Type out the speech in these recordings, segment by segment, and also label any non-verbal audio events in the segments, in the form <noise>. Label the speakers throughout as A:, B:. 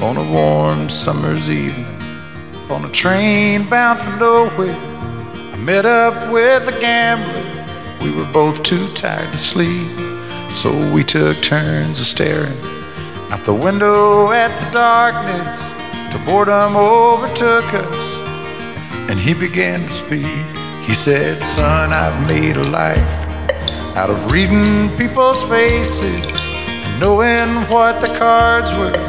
A: on a warm summer's evening, on a train bound for nowhere, I met up with a gambler. We were both too tired to sleep, so we took turns of staring out the window at the darkness till boredom overtook us and he began to speak. He said, Son, I've made a life out of reading people's faces and knowing what the cards were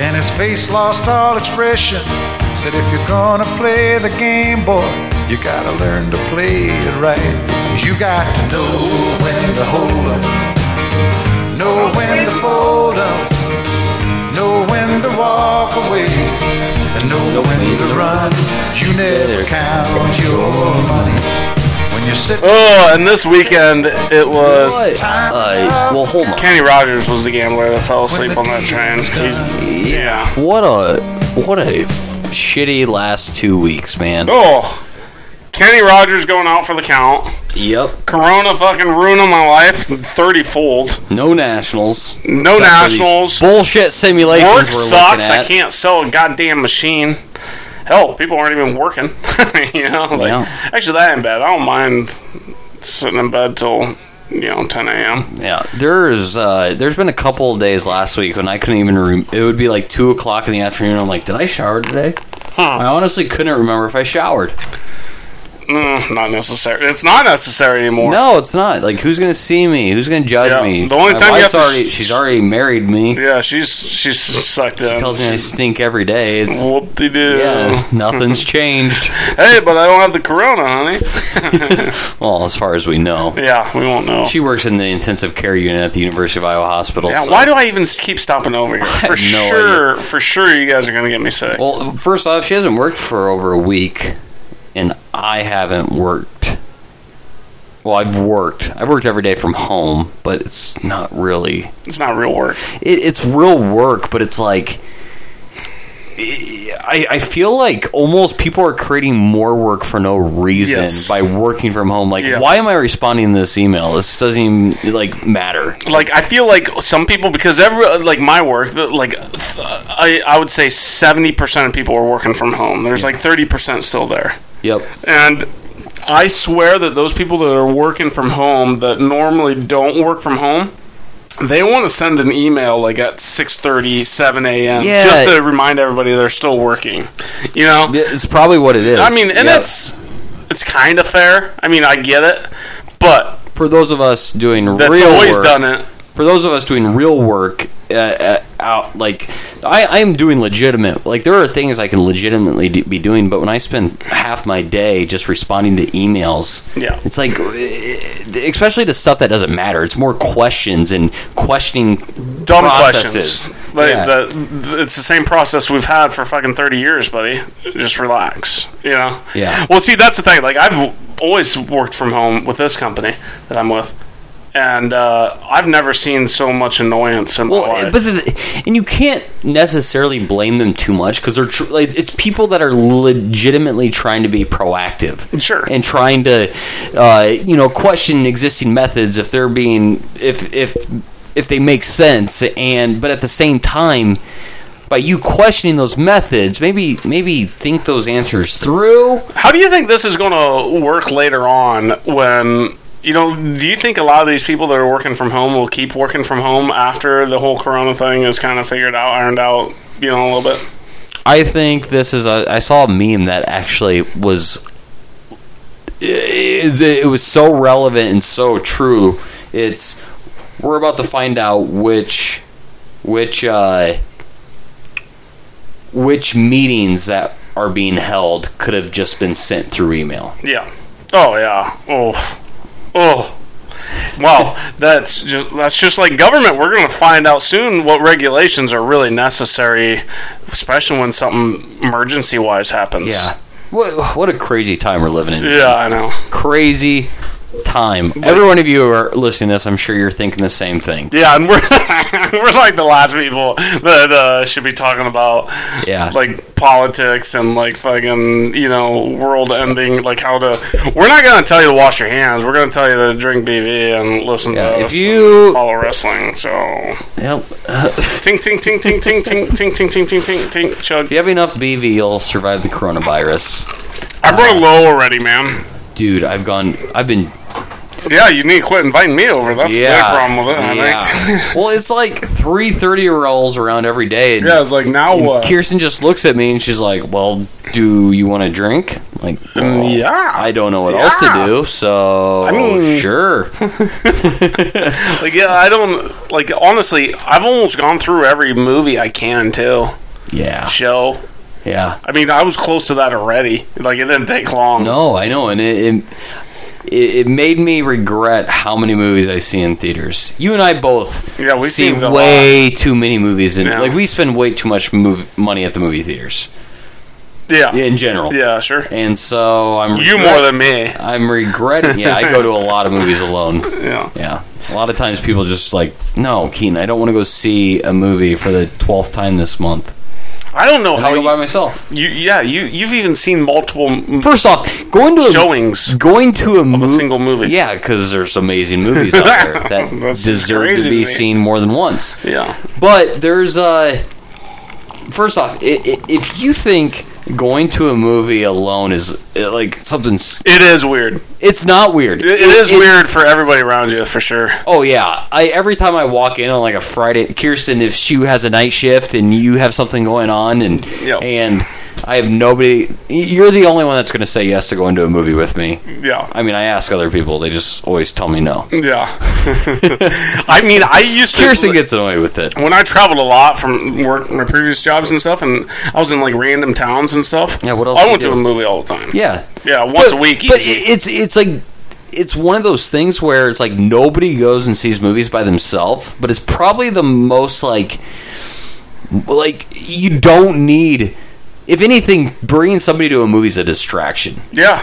A: and his face lost all expression. Said, if you're gonna play the game, boy, you gotta learn to play it right. You got to know when to hold up, know when to fold up, know when to walk away. And know when to run. You never count your money when you sit
B: Oh, and this weekend it was
C: What? Uh, well, hold on.
B: Kenny Rogers was the gambler that fell asleep on that train. He's yeah.
C: What a what a f- shitty last two weeks, man.
B: Oh, Kenny Rogers going out for the count.
C: Yep.
B: Corona fucking ruining my life thirty fold.
C: No nationals.
B: No
C: Except for these
B: nationals.
C: Bullshit simulations
B: Work
C: we're
B: sucks.
C: looking at.
B: I can't sell a goddamn machine. Hell, people aren't even working. <laughs> you know, like
C: Yeah.
B: actually that ain't bad. I don't mind sitting in bed till you know ten a.m.
C: Yeah, there's uh, there's been a couple of days last week when I couldn't even. Re- it would be like two o'clock in the afternoon. I'm like, did I shower today? I honestly couldn't remember if I showered.
B: Mm, not necessary. It's not necessary anymore.
C: No, it's not. Like, who's gonna see me? Who's gonna judge
B: Yeah,
C: me?
B: the only
C: My
B: time you
C: wife's
B: have to-
C: already, she's already married me.
B: Yeah, she's she's sucked in.
C: She tells me I stink every day. It's
B: Whoop de doo.
C: yeah, nothing's
B: <laughs>
C: changed.
B: Hey, but I don't have the corona, honey.
C: <laughs> Well, as far as we know,
B: yeah, we won't know.
C: she works in the intensive care unit at the University of Iowa Hospital.
B: yeah,
C: so-
B: why do I even keep stopping over here? For
C: have no
B: sure, for sure, you guys are gonna get me sick.
C: Well, first off, she hasn't worked for over a week, and I haven't worked. Well, I've worked. I've worked every day from home, but it's not really.
B: it's not real work.
C: It, it's real work, but it's like. I, I feel like almost people are creating more work for no reason
B: Yes.
C: by working from home. Like,
B: Yes.
C: why am I responding to this email? This doesn't even like matter.
B: like I feel like some people because every like my work the- like th- I I would say seventy percent of people are working from home. There's like thirty percent still there,
C: Yep.
B: and I swear that those people that are working from home that normally don't work from home. They want to send an email like at 6:30, 7 a.m.
C: Yeah.
B: just to remind everybody they're still working. You know,
C: It's probably what it is.
B: I mean, and
C: Yep.
B: that's it's kind of fair. I mean, I get it, but
C: for those of us doing
B: that's
C: real
B: always
C: work,
B: done it.
C: for those of us doing real work uh, uh, out like I, I am doing legitimate like there are things i can legitimately d- be doing but when i spend half my day just responding to emails
B: Yeah.
C: it's like uh, especially to stuff that doesn't matter it's more questions and questioning
B: dumb
C: processes.
B: questions. Like,
C: Yeah.
B: the- th- it's the same process we've had for fucking thirty years, buddy. Just relax, you know.
C: Yeah.
B: Well, see, that's the thing. Like, I've w- always worked from home with this company that I'm with, and uh, I've never seen so much annoyance in my
C: Well,
B: life.
C: but the, and you can't necessarily blame them too much because they're tr- like, it's people that are legitimately trying to be proactive,
B: Sure.
C: and trying to uh, you know question existing methods if they're being if if if they make sense and but at the same time by you questioning those methods maybe maybe think those answers through
B: How do you think this is going to work later on when? You know, do you think a lot of these people that are working from home will keep working from home after the whole corona thing is kind of figured out, ironed out, you know, a little bit?
C: I think this is a. I saw a meme that actually was. It, it was so relevant and so true. It's we're about to find out which which uh, which meetings that are being held could have just been sent through email.
B: Yeah. Oh yeah. Oh. Oh. Well, that's just that's just like government. We're going to find out soon what regulations are really necessary, especially when something emergency wise happens.
C: Yeah. What, what a crazy time we're living in.
B: Yeah, I know.
C: Crazy time. Every one of you who are listening to this, I'm sure you're thinking the same thing.
B: Yeah, and we're <laughs> we're like the last people that uh, should be talking about
C: Yeah.
B: like politics and like fucking you know world ending. Like how to. We're not going to tell you to wash your hands. We're going to tell you to drink BV and listen
C: Yeah,
B: to
C: if
B: us
C: you-
B: and follow wrestling. So
C: Yep.
B: ting ting ting ting ting ting ting ting ting ting ting ting chug.
C: If you have enough BV, you'll survive the coronavirus.
B: I brought low already, man.
C: Dude, I've gone. I've been.
B: Yeah, you need to quit inviting me over. That's
C: yeah.
B: my problem with it. I
C: yeah.
B: think.
C: well, it's like three 30 year olds around every day. and
B: <laughs> Yeah, it's like now what?
C: Kirsten just looks at me and she's like, "Well, do you want a drink?" Like,
B: Mm,
C: well,
B: yeah.
C: I don't know what else to
B: Yeah.
C: do, so I
B: mean-
C: sure, <laughs>
B: Like yeah, I don't like honestly. I've almost gone through every movie I can too.
C: yeah,
B: Show.
C: yeah.
B: I mean, I was close to that already. Like it didn't take long.
C: No, I know, and it, it it it made me regret how many movies I see in theaters. You and I both,
B: Yeah, we've
C: see
B: seen a
C: way too many movies, and
B: Yeah.
C: like we spend way too much mov- money at the movie theaters
B: Yeah. Yeah,
C: in general.
B: sure.
C: And so I'm
B: You
C: regret-
B: more than me.
C: I'm regretting. Yeah, I go to a lot of movies
B: <laughs>
C: alone.
B: Yeah.
C: Yeah. A lot of times people just like, no, Keen, I don't want to go see a movie for the 12th time this month.
B: I don't know
C: And I
B: how
C: go by
B: you,
C: myself.
B: you. Yeah, you. You've even seen multiple m-
C: First off, going to a,
B: showings
C: going to a,
B: of
C: mo-
B: a single movie.
C: Yeah, because there's amazing movies out there
B: <laughs>
C: that
B: That's
C: deserve
B: crazy
C: to
B: to
C: be
B: me.
C: seen more than once.
B: Yeah.
C: But there's Uh, first off, i i if you think going to a movie alone is uh, like something, s-
B: It is weird.
C: it's not weird.
B: It- it is
C: it's-
B: weird for everybody around you for sure.
C: Oh yeah, I every time I walk in on like a Friday, Kirsten, if she has a night shift and you have something going on, and
B: Yep.
C: and I have nobody, you're the only one that's going to say yes to going to a movie with me.
B: Yeah.
C: I mean, I ask other people, they just always tell me no.
B: Yeah. <laughs> I mean, I used to.
C: Kirsten gets annoyed with it.
B: when I traveled a lot from work, my previous jobs and stuff, and I was in like random towns and stuff.
C: Yeah, what else
B: I
C: do
B: went
C: you
B: to a
C: do?
B: movie all the time.
C: Yeah,
B: yeah, once
C: But-
B: a week.
C: But
B: easy.
C: it- it's it's like it's one of those things where it's like nobody goes and sees movies by themselves, but it's probably the most like like you don't need. If anything, bringing somebody to a movie is a distraction.
B: yeah,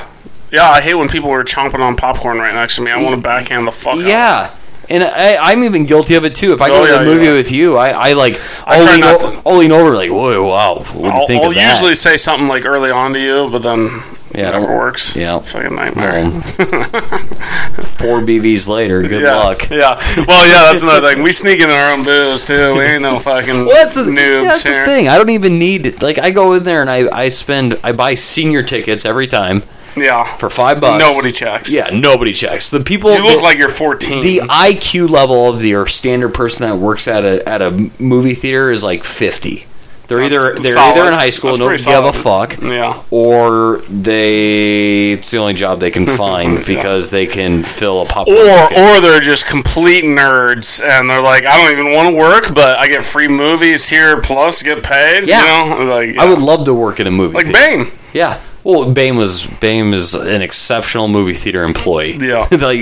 B: yeah. I hate when people are chomping on popcorn right next to me. I want to backhand the fuck. out.
C: Yeah. And I, I'm even guilty of it too. If I go
B: Oh,
C: to a
B: yeah,
C: movie
B: yeah.
C: with you, I, I like
B: I
C: I'll
B: try
C: lean,
B: not
C: o-
B: to-
C: I'll lean over like, whoa, wow, what do you
B: I'll,
C: think
B: I'll
C: of that?
B: usually say something like early on to you, but then
C: Yeah,
B: it never
C: don't-
B: works.
C: yeah.
B: fucking nightmare. <laughs>
C: Um, four BVs later, good
B: yeah,
C: luck.
B: yeah. Well, yeah, that's another thing. We sneak in our own booze too. We ain't no
C: <laughs>
B: fucking
C: Well, that's the, yeah,
B: noobs
C: that's
B: here.
C: the thing. I don't even need like I go in there and I, I spend I buy senior tickets every time
B: Yeah,
C: for five bucks.
B: nobody checks.
C: Yeah, nobody checks. The people
B: you look
C: the,
B: like you're 14.
C: the IQ level of the or standard person that works at a at a movie theater is like fifty. They're
B: That's
C: either they're
B: solid.
C: either in high school,
B: That's
C: and
B: pretty
C: don't give a
B: solid.
C: fuck,
B: yeah.
C: or they it's the only job they
B: <laughs>
C: can find because they can fill a popcorn.
B: Or,
C: bucket.
B: or they're just complete nerds and they're like, I don't even want to work, but I get free movies here plus get paid.
C: Yeah.
B: You know? Like,
C: I would love to work in a movie.
B: like
C: theater.
B: Bane.
C: Yeah. Well, Bame was Bame is an exceptional movie theater employee.
B: Yeah.
C: <laughs> like,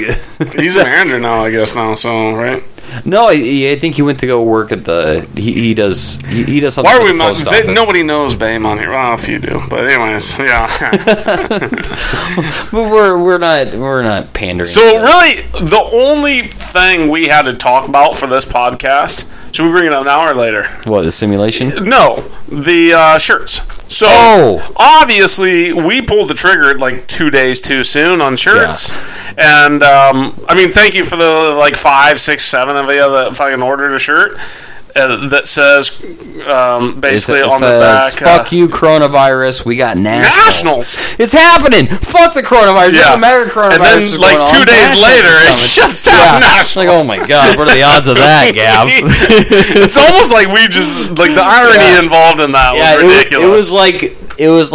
C: <laughs>
B: He's a manager now, I guess, now, so, right?
C: no, I, I think he went to go work at the. He, he does. He, he does something.
B: Why
C: at
B: are we
C: the
B: not?
C: post
B: they-
C: office.
B: nobody knows Bane on here. Well, if you do. But,
C: <laughs>
B: anyways, yeah.
C: But we're we're not we're not pandering.
B: so,
C: to-
B: really, the only thing we had to talk about for this podcast, should we bring it up now or later?
C: what the simulation?
B: No, the uh, shirts. So
C: Oh.
B: obviously, we pulled the trigger like two days too soon on shirts. And um, I mean, thank you for the like five, six, seven of you that fucking ordered a shirt uh, that says um,
C: It sa-
B: basically
C: it
B: on the back.
C: says, "Fuck
B: uh,
C: you, coronavirus. We got nationals.
B: Nationals!
C: It's happening. Fuck the coronavirus. It
B: Yeah.
C: doesn't matter. if Coronavirus.
B: And then,
C: is
B: like,
C: going
B: two
C: on.
B: days
C: Nationals is
B: later, it
C: coming.
B: shuts down Nationals.
C: Like, oh my god, what are the odds of
B: <laughs>
C: that, Gav?
B: it's almost like we just like the irony
C: Yeah.
B: involved in that
C: Yeah,
B: was
C: it was-
B: ridiculous.
C: It was, like it was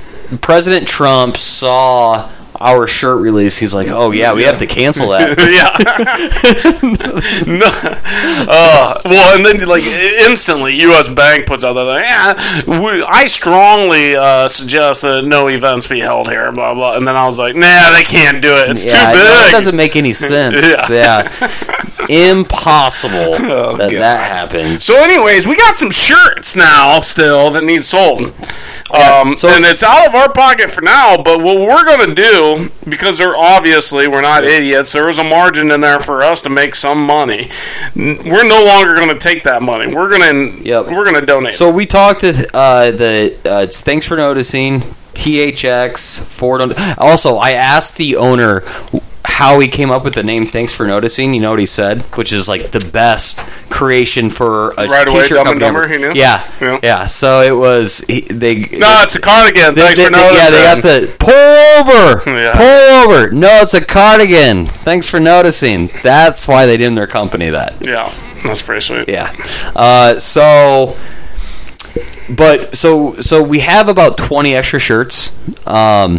C: like President Trump saw our shirt release, he's like, "Oh yeah, we have to cancel
B: <laughs>
C: that." <laughs>
B: yeah. no. Uh, well, and then like instantly, U.S. Bank puts out that thing. Yeah, we, I strongly uh, suggest that no events be held here. Blah blah. And then I was like, Nah, they can't do it. It's
C: yeah,
B: too
C: no, it
B: big.
C: doesn't make
B: <laughs>
C: any sense. yeah.
B: <laughs>
C: impossible that that happens.
B: Oh, so, anyways, we got some shirts now still that need sold. Um,
C: so-
B: and it's out of our pocket for now, but what we're going to do, because they're obviously, we're not idiots, there was a margin in there for us to make some money. N- We're no longer going to take that money. We're going to
C: Yep.
B: we're going to donate.
C: So we talked to uh, the uh, it's thanks for noticing THX Ford. Und- Also, I asked the owner how he came up with the name Thanks for Noticing. You know what he said, which is like the best creation for a
B: Right away,
C: t-shirt
B: Dumb
C: company.
B: and Dumber,
C: ever.
B: he knew?
C: Yeah,
B: Yeah.
C: yeah. So it was he, they.
B: no, it's a cardigan.
C: They-
B: Thanks
C: they-
B: for
C: they-
B: noticing.
C: Yeah, they got the pull over,
B: Yeah.
C: pull over. No, it's a cardigan. Thanks for noticing. That's why they named their company that.
B: yeah, that's pretty sweet.
C: Yeah. Uh, so, but so so we have about twenty extra shirts. Um,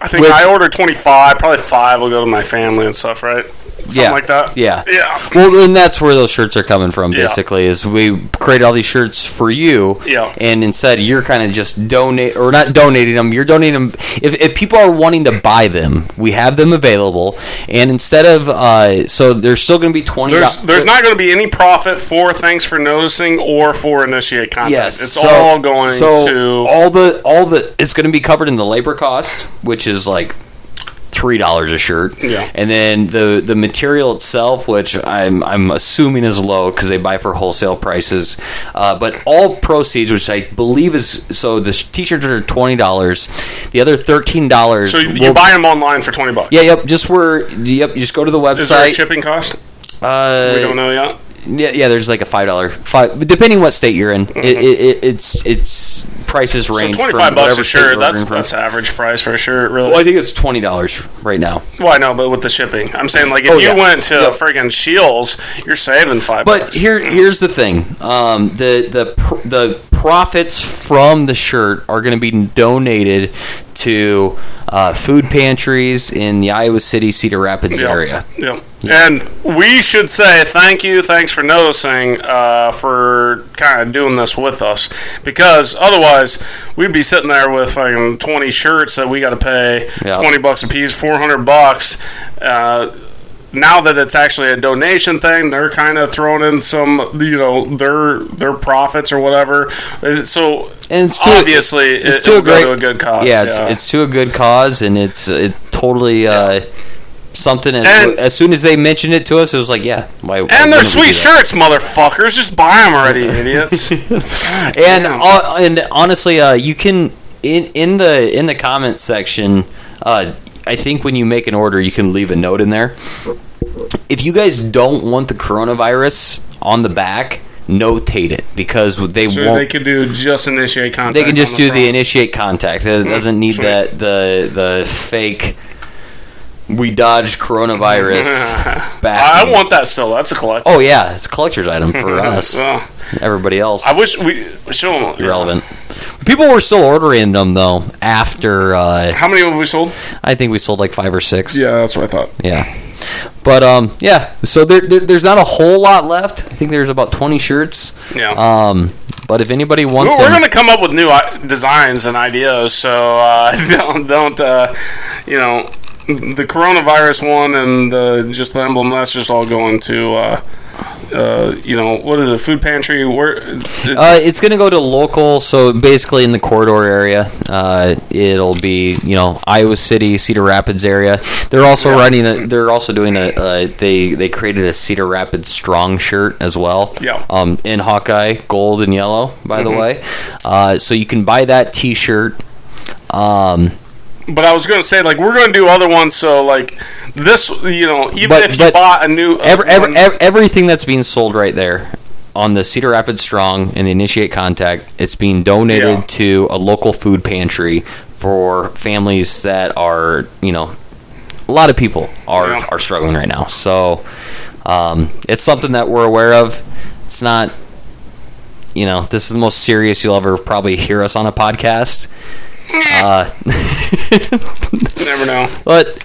B: I think
C: Which-
B: I ordered 25. Probably five will go to my family and stuff, right? Something
C: yeah,
B: like that.
C: Yeah.
B: Yeah.
C: Well, and that's where those shirts are coming from.
B: Yeah.
C: Basically, is we create all these shirts for you,
B: Yeah.
C: and instead you're kind of just donate or not donating them. You're donating them if, if people are wanting to buy them, we have them available. And instead of uh, so there's still going to be twenty.
B: There's, there's not going to be any profit for thanks for noticing or for initiate contact.
C: Yes,
B: it's
C: so-
B: all going
C: so
B: to
C: all the all the it's going to be covered in the labor cost, which is like three dollars a shirt.
B: Yeah.
C: and then the the material itself, which I'm I'm assuming is low because they buy for wholesale prices. Uh, but all proceeds, which I believe is so, the sh- t-shirts are twenty dollars. The other thirteen dollars.
B: So you, you buy them online for twenty bucks.
C: Yeah, yep. Just where, yep. You just go to the website.
B: Is there a shipping cost?
C: Uh,
B: We don't know yet.
C: yeah, yeah, there's like a five dollar five, but depending what state you're in, it, it, it, it's it's prices
B: Mm-hmm. So
C: range
B: twenty
C: from
B: five bucks
C: whatever
B: a
C: state
B: shirt.
C: you're ordering
B: That's
C: from.
B: that's average price for a shirt, really.
C: Well, I think it's twenty dollars right now.
B: Well, I know, but with the shipping, I'm saying like if
C: Oh,
B: you
C: yeah.
B: went to
C: Yeah.
B: friggin' Shields, you're saving five.
C: But
B: bucks.
C: here, here's the thing: um, the the pr- the profits from the shirt are going to be donated to uh, food pantries in the Iowa City, Cedar Rapids
B: Yeah.
C: area.
B: Yeah. And we should say thank you, thanks for noticing, uh, for kind of doing this with us, because otherwise we'd be sitting there with like twenty shirts that we got to pay
C: Yeah.
B: twenty bucks a piece, four hundred bucks. Uh, now that it's actually a donation thing, they're kind of throwing in some, you know, their their profits or whatever. Uh, So
C: And it's to,
B: obviously,
C: it's
B: it,
C: to
B: will
C: a great,
B: go to a good cause.
C: Yeah, it's, it's to a good cause, and it's it totally. Uh, Something and,
B: And-
C: as soon as they mentioned it to us, it was like, yeah, why? why
B: and
C: wouldn't we
B: they're
C: do
B: sweet
C: that?
B: shirts, motherfuckers. Just buy them
C: <laughs>
B: already, idiots.
C: and
B: Damn.
C: uh, and honestly, uh, you can in in the in the comment section. Uh, I think when you make an order, you can leave a note in there. If you guys don't want the coronavirus on the back, notate it because they
B: So
C: won't.
B: they could do just initiate contact.
C: they can just
B: on
C: do the
B: front.
C: initiate contact. It doesn't need
B: sweet.
C: that the the fake. We dodged coronavirus
B: I,
C: back.
B: <laughs> I want that still. That's a collect.
C: Oh yeah, it's a collector's item
B: <laughs>
C: for us.
B: Well,
C: Everybody else.
B: I wish we show them.
C: irrelevant. People were still ordering them though. After uh,
B: How many have we sold?
C: I think we sold like five or six.
B: that's what I thought.
C: yeah. But um, yeah. So there, there, there's not a whole lot left. I think there's about 20 shirts.
B: Yeah.
C: Um, but if anybody wants,
B: We're, we're
C: them-
B: going to come up with new i- designs and ideas. So uh, <laughs> don't don't uh, you know the coronavirus one and the just the emblem. That's just all going to. Uh, uh, you know what is it? Food pantry. Where? it's- <laughs>
C: Uh, it's going to go to local, so basically in the corridor area. Uh, it'll be you know Iowa City, Cedar Rapids area. They're also running. A, they're also doing a. Uh, they they created a Cedar Rapids strong shirt as well.
B: Yeah.
C: Um, in Hawkeye, gold and yellow. By the way, uh, so you can buy that T-shirt. Um,
B: But I was going to say, like, we're going to do other ones. So, like, this, you know, even
C: But-
B: if you
C: but
B: bought a new, uh,
C: every, every,
B: one-
C: ev everything that's being sold right there on the Cedar Rapids Strong and the Initiate Contact, it's being donated
B: Yeah.
C: to a local food pantry for families that are, you know, a lot of people are
B: Yeah.
C: are struggling right now. So um, it's something that we're aware of. It's not, you know, this is the most serious you'll ever probably hear us on a podcast. Uh,
B: Never know.
C: but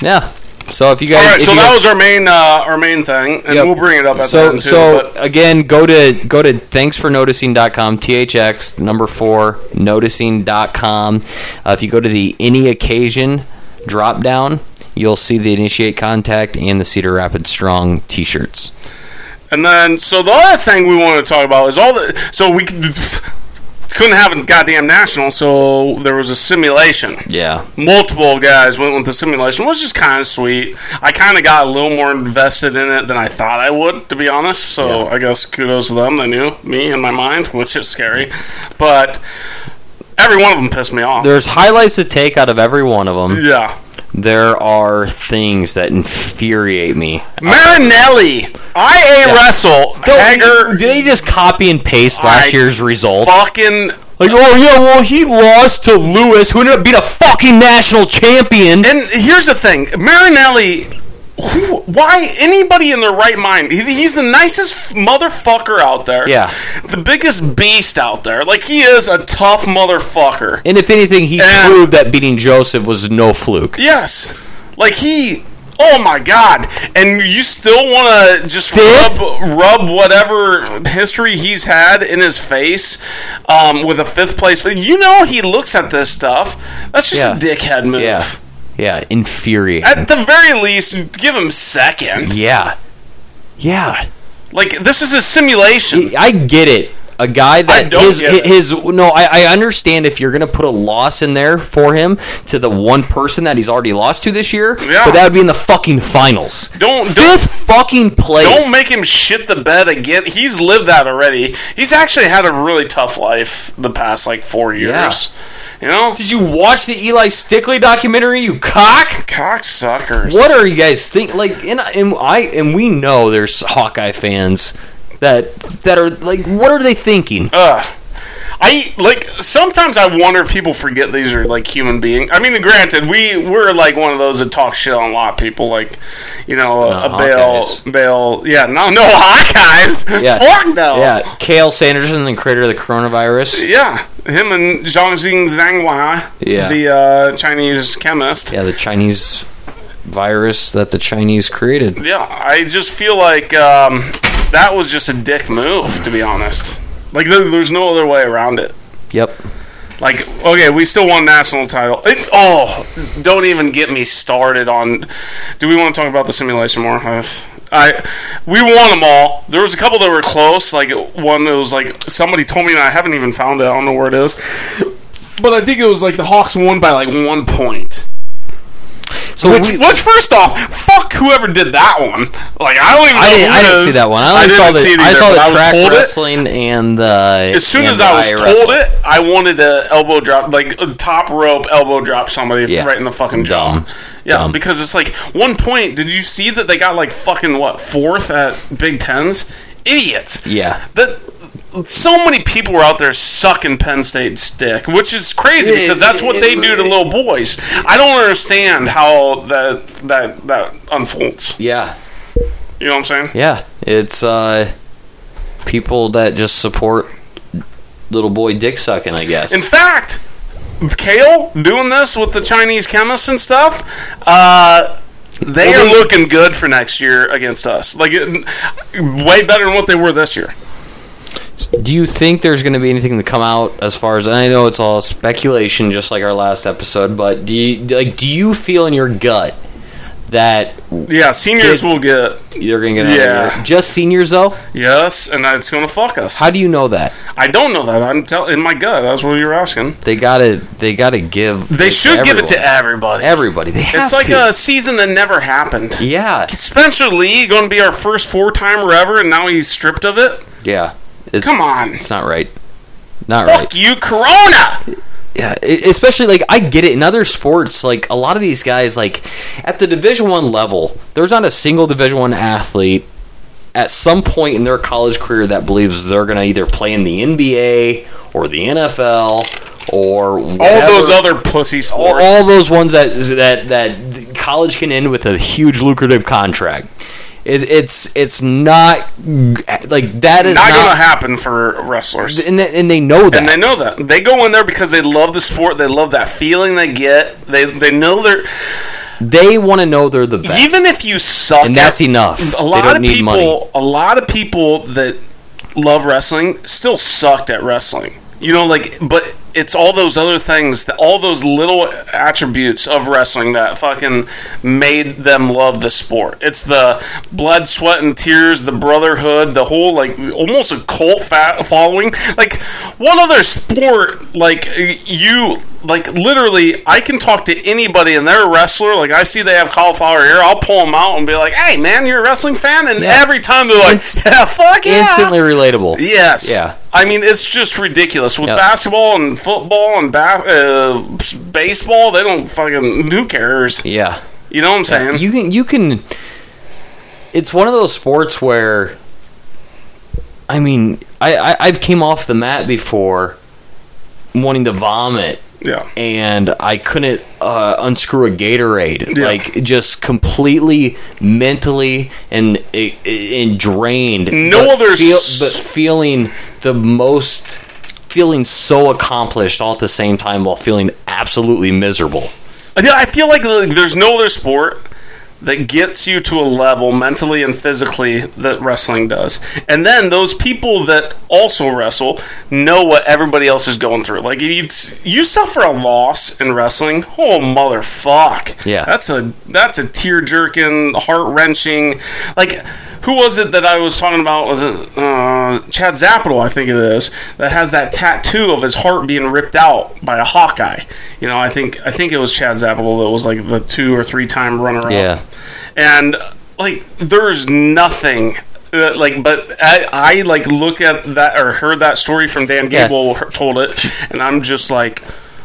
C: yeah. So if you guys,
B: All right,
C: if
B: so
C: you
B: that
C: guys-
B: was our main uh, our main thing, and
C: Yep.
B: we'll bring it up at the
C: so
B: end too.
C: so
B: but
C: again go to go to thanksfornoticing.com thx number 4 noticing.com uh, if you go to the any occasion drop down you'll see the initiate contact and the cedar rapids strong t-shirts
B: and then so the other thing we want to talk about is all the so we c- couldn't have a goddamn national, so there was a simulation.
C: yeah
B: multiple guys went with the simulation, which is kind of sweet. I kind of got a little more invested in it than I thought I would, to be honest. So I guess kudos to them. They knew me in my mind, which is scary. But every one of them pissed me off.
C: there's highlights to take out of every one of them
B: yeah.
C: there are things that infuriate me
B: Marinelli, IA Wrestle, Hager,
C: did they just copy and paste last
B: I-
C: year's results
B: fucking.
C: like oh yeah well he lost to lewis who ended up being a fucking national champion
B: And here's the thing Marinelli, who, why anybody in their right mind? He, he's the nicest motherfucker out there.
C: Yeah.
B: The biggest beast out there. Like, he is a tough motherfucker.
C: And if anything, he
B: Yeah.
C: proved that beating Joseph was no fluke.
B: Yes. Like he. Oh my God! And you still want to just
C: Fifth?
B: rub, rub whatever history he's had in his face um, with a fifth place? You know he looks at this stuff. That's just
C: Yeah.
B: a dickhead move.
C: Yeah. Yeah, infuriating.
B: At the very least, give him second.
C: yeah. Yeah.
B: Like this is a simulation.
C: I get it. A guy that
B: don't
C: his,
B: get it.
C: his no, I, I understand if you're gonna put a loss in there for him to the one person that he's already lost to this year,
B: Yeah.
C: but that would be in the fucking finals.
B: Don't- don't-
C: 5th fucking place.
B: Don't make him shit the bed again. He's lived that already. He's actually had a really tough life the past like four years. You know,
C: Did you watch the Eli Stickley documentary? You cock.
B: cocksuckers.
C: What are you guys think? Like, and, I- and I and we know there's Hawkeye fans that that are like, what are they thinking?
B: Ugh. I like sometimes I wonder if people forget these are like human beings. I mean, granted, we we're like one of those that talk shit on a lot of people, like you know, a
C: No, Hawkeyes.
B: Bale, Bale, yeah, no, <laughs> no Hawkeyes,
C: Yeah.
B: fuck no,
C: Yeah, Kale Sanderson, the creator of the coronavirus.
B: Yeah. him and Zhang Zhanghua,
C: Yeah.
B: the uh, Chinese chemist.
C: Yeah, the Chinese virus that the Chinese created.
B: Yeah, I just feel like um, that was just a dick move, to be honest. Like there, there's no other way around it.
C: Yep.
B: Like, okay, we still won national title. It- oh, don't even get me started on. Do we want to talk about the simulation more? I've- I, we won them all. There was a couple that were close. Like one that was like somebody told me, and I haven't even found it. I don't know where it is. But I think it was like the Hawks won by like one point.
C: So
B: Which,
C: we,
B: which first off, fuck whoever did that one. Like I don't even.
C: I
B: know
C: didn't,
B: who
C: I
B: it
C: didn't see
B: is.
C: that one. I, only
B: didn't
C: saw the,
B: see it
C: I
B: either,
C: saw
B: but
C: the
B: I was
C: track
B: told it.
C: wrestling and the.
B: As soon as I was told it, I wanted to elbow drop, like a top rope elbow drop somebody
C: Yeah.
B: right in the fucking jaw.
C: Dumb.
B: Yeah,
C: Dumb.
B: because it's like one point. Did you see that they got like fucking what fourth at Big Tens? Idiots.
C: Yeah.
B: That so many people were out there sucking Penn State's dick, which is crazy because that's what they do to little boys. I don't understand how that that that unfolds.
C: Yeah.
B: You know what I'm saying?
C: Yeah, it's uh, people that just support little boy dick sucking. I guess.
B: In fact, Kale doing this with the Chinese chemists and stuff, uh, they
C: Well,
B: are
C: they-
B: looking good for next year against us. Like, it, way better than what they were this year.
C: Do you think there's going to be anything to come out as far as and I know it's all speculation, just like our last episode. But do you like? Do you feel in your gut that
B: Yeah, seniors
C: Did-
B: will get
C: you're going to get another
B: Yeah.
C: year? just seniors though?
B: yes, and it's going to fuck us.
C: How do you know that
B: I don't know that. I'm tell- in my gut. That's what you're asking.
C: they gotta they gotta give?
B: They
C: this
B: should give it to
C: everyone.
B: everybody.
C: everybody. They have
B: It's like
C: to.
B: a season that never happened.
C: yeah,
B: Spencer Lee going to be our first four timer ever, and now he's stripped of it.
C: yeah. It's,
B: Come on.
C: it's not right. Not right.
B: Fuck you, Corona.
C: yeah e- especially like i get it in other sports like a lot of these guys like at the division one level there's not a single division one athlete at some point in their college career that believes they're going to either play in the nba or the nfl or
B: All
C: whatever.
B: those other pussy
C: all,
B: sports.
C: all those ones that that that college can end with a huge lucrative contract It, it's it's not g- like that is
B: not,
C: not,
B: gonna happen for wrestlers.
C: and, they, and they know that.
B: and they know that they go in there because they love the sport. They love that feeling they get. They they know they're
C: they want to know they're the best.
B: even if you suck.
C: and that's
B: at-
C: enough.
B: A
C: they
B: lot
C: don't
B: of
C: need
B: people,
C: money.
B: a lot of people that love wrestling still sucked at wrestling. You know, like, but it's all those other things, that, all those little attributes of wrestling that fucking made them love the sport. It's the blood, sweat, and tears, the brotherhood, the whole like almost a cult fa- following. Like, what other sport, like you, like literally, I can talk to anybody and they're a wrestler. Like, I see they have cauliflower ear, I'll pull them out and be like, "Hey, man, you're a wrestling fan," and
C: Yeah.
B: every time they're like,
C: Inst-
B: <laughs> "Yeah, fuck yeah."
C: Instantly relatable.
B: Yes.
C: Yeah.
B: I mean, it's just ridiculous with
C: Yeah.
B: basketball and football and ba- uh, s- baseball. They don't fucking who cares.
C: Yeah.
B: You know what I'm saying?
C: You can you can it's one of those sports where I mean, I, I I've came off the mat before wanting to vomit
B: yeah.
C: and I couldn't uh, unscrew a Gatorade.
B: Yeah.
C: Like just completely mentally and and drained.
B: No
C: but
B: other
C: feel,
B: s-
C: but feeling the most feeling so accomplished all at the same time while feeling absolutely miserable.
B: I feel- I feel like like, there's no other sport that gets you to a level mentally and physically that wrestling does. And then those people that also wrestle know what everybody else is going through. Like you, you suffer a loss in wrestling. Oh motherfuck!
C: Yeah.
B: that's a that's a tear jerking, heart wrenching. Like who was it that I was talking about? Was it uh, Chad Zapital? I think it is that has that tattoo of his heart being ripped out by a Hawkeye. You know, I think I think it was Chad Zapital that was like the two or three time runner up
C: Yeah.
B: and like there's nothing uh, like but I, I like look at that or heard that story from dan
C: Yeah.
B: gable h- told it and i'm just like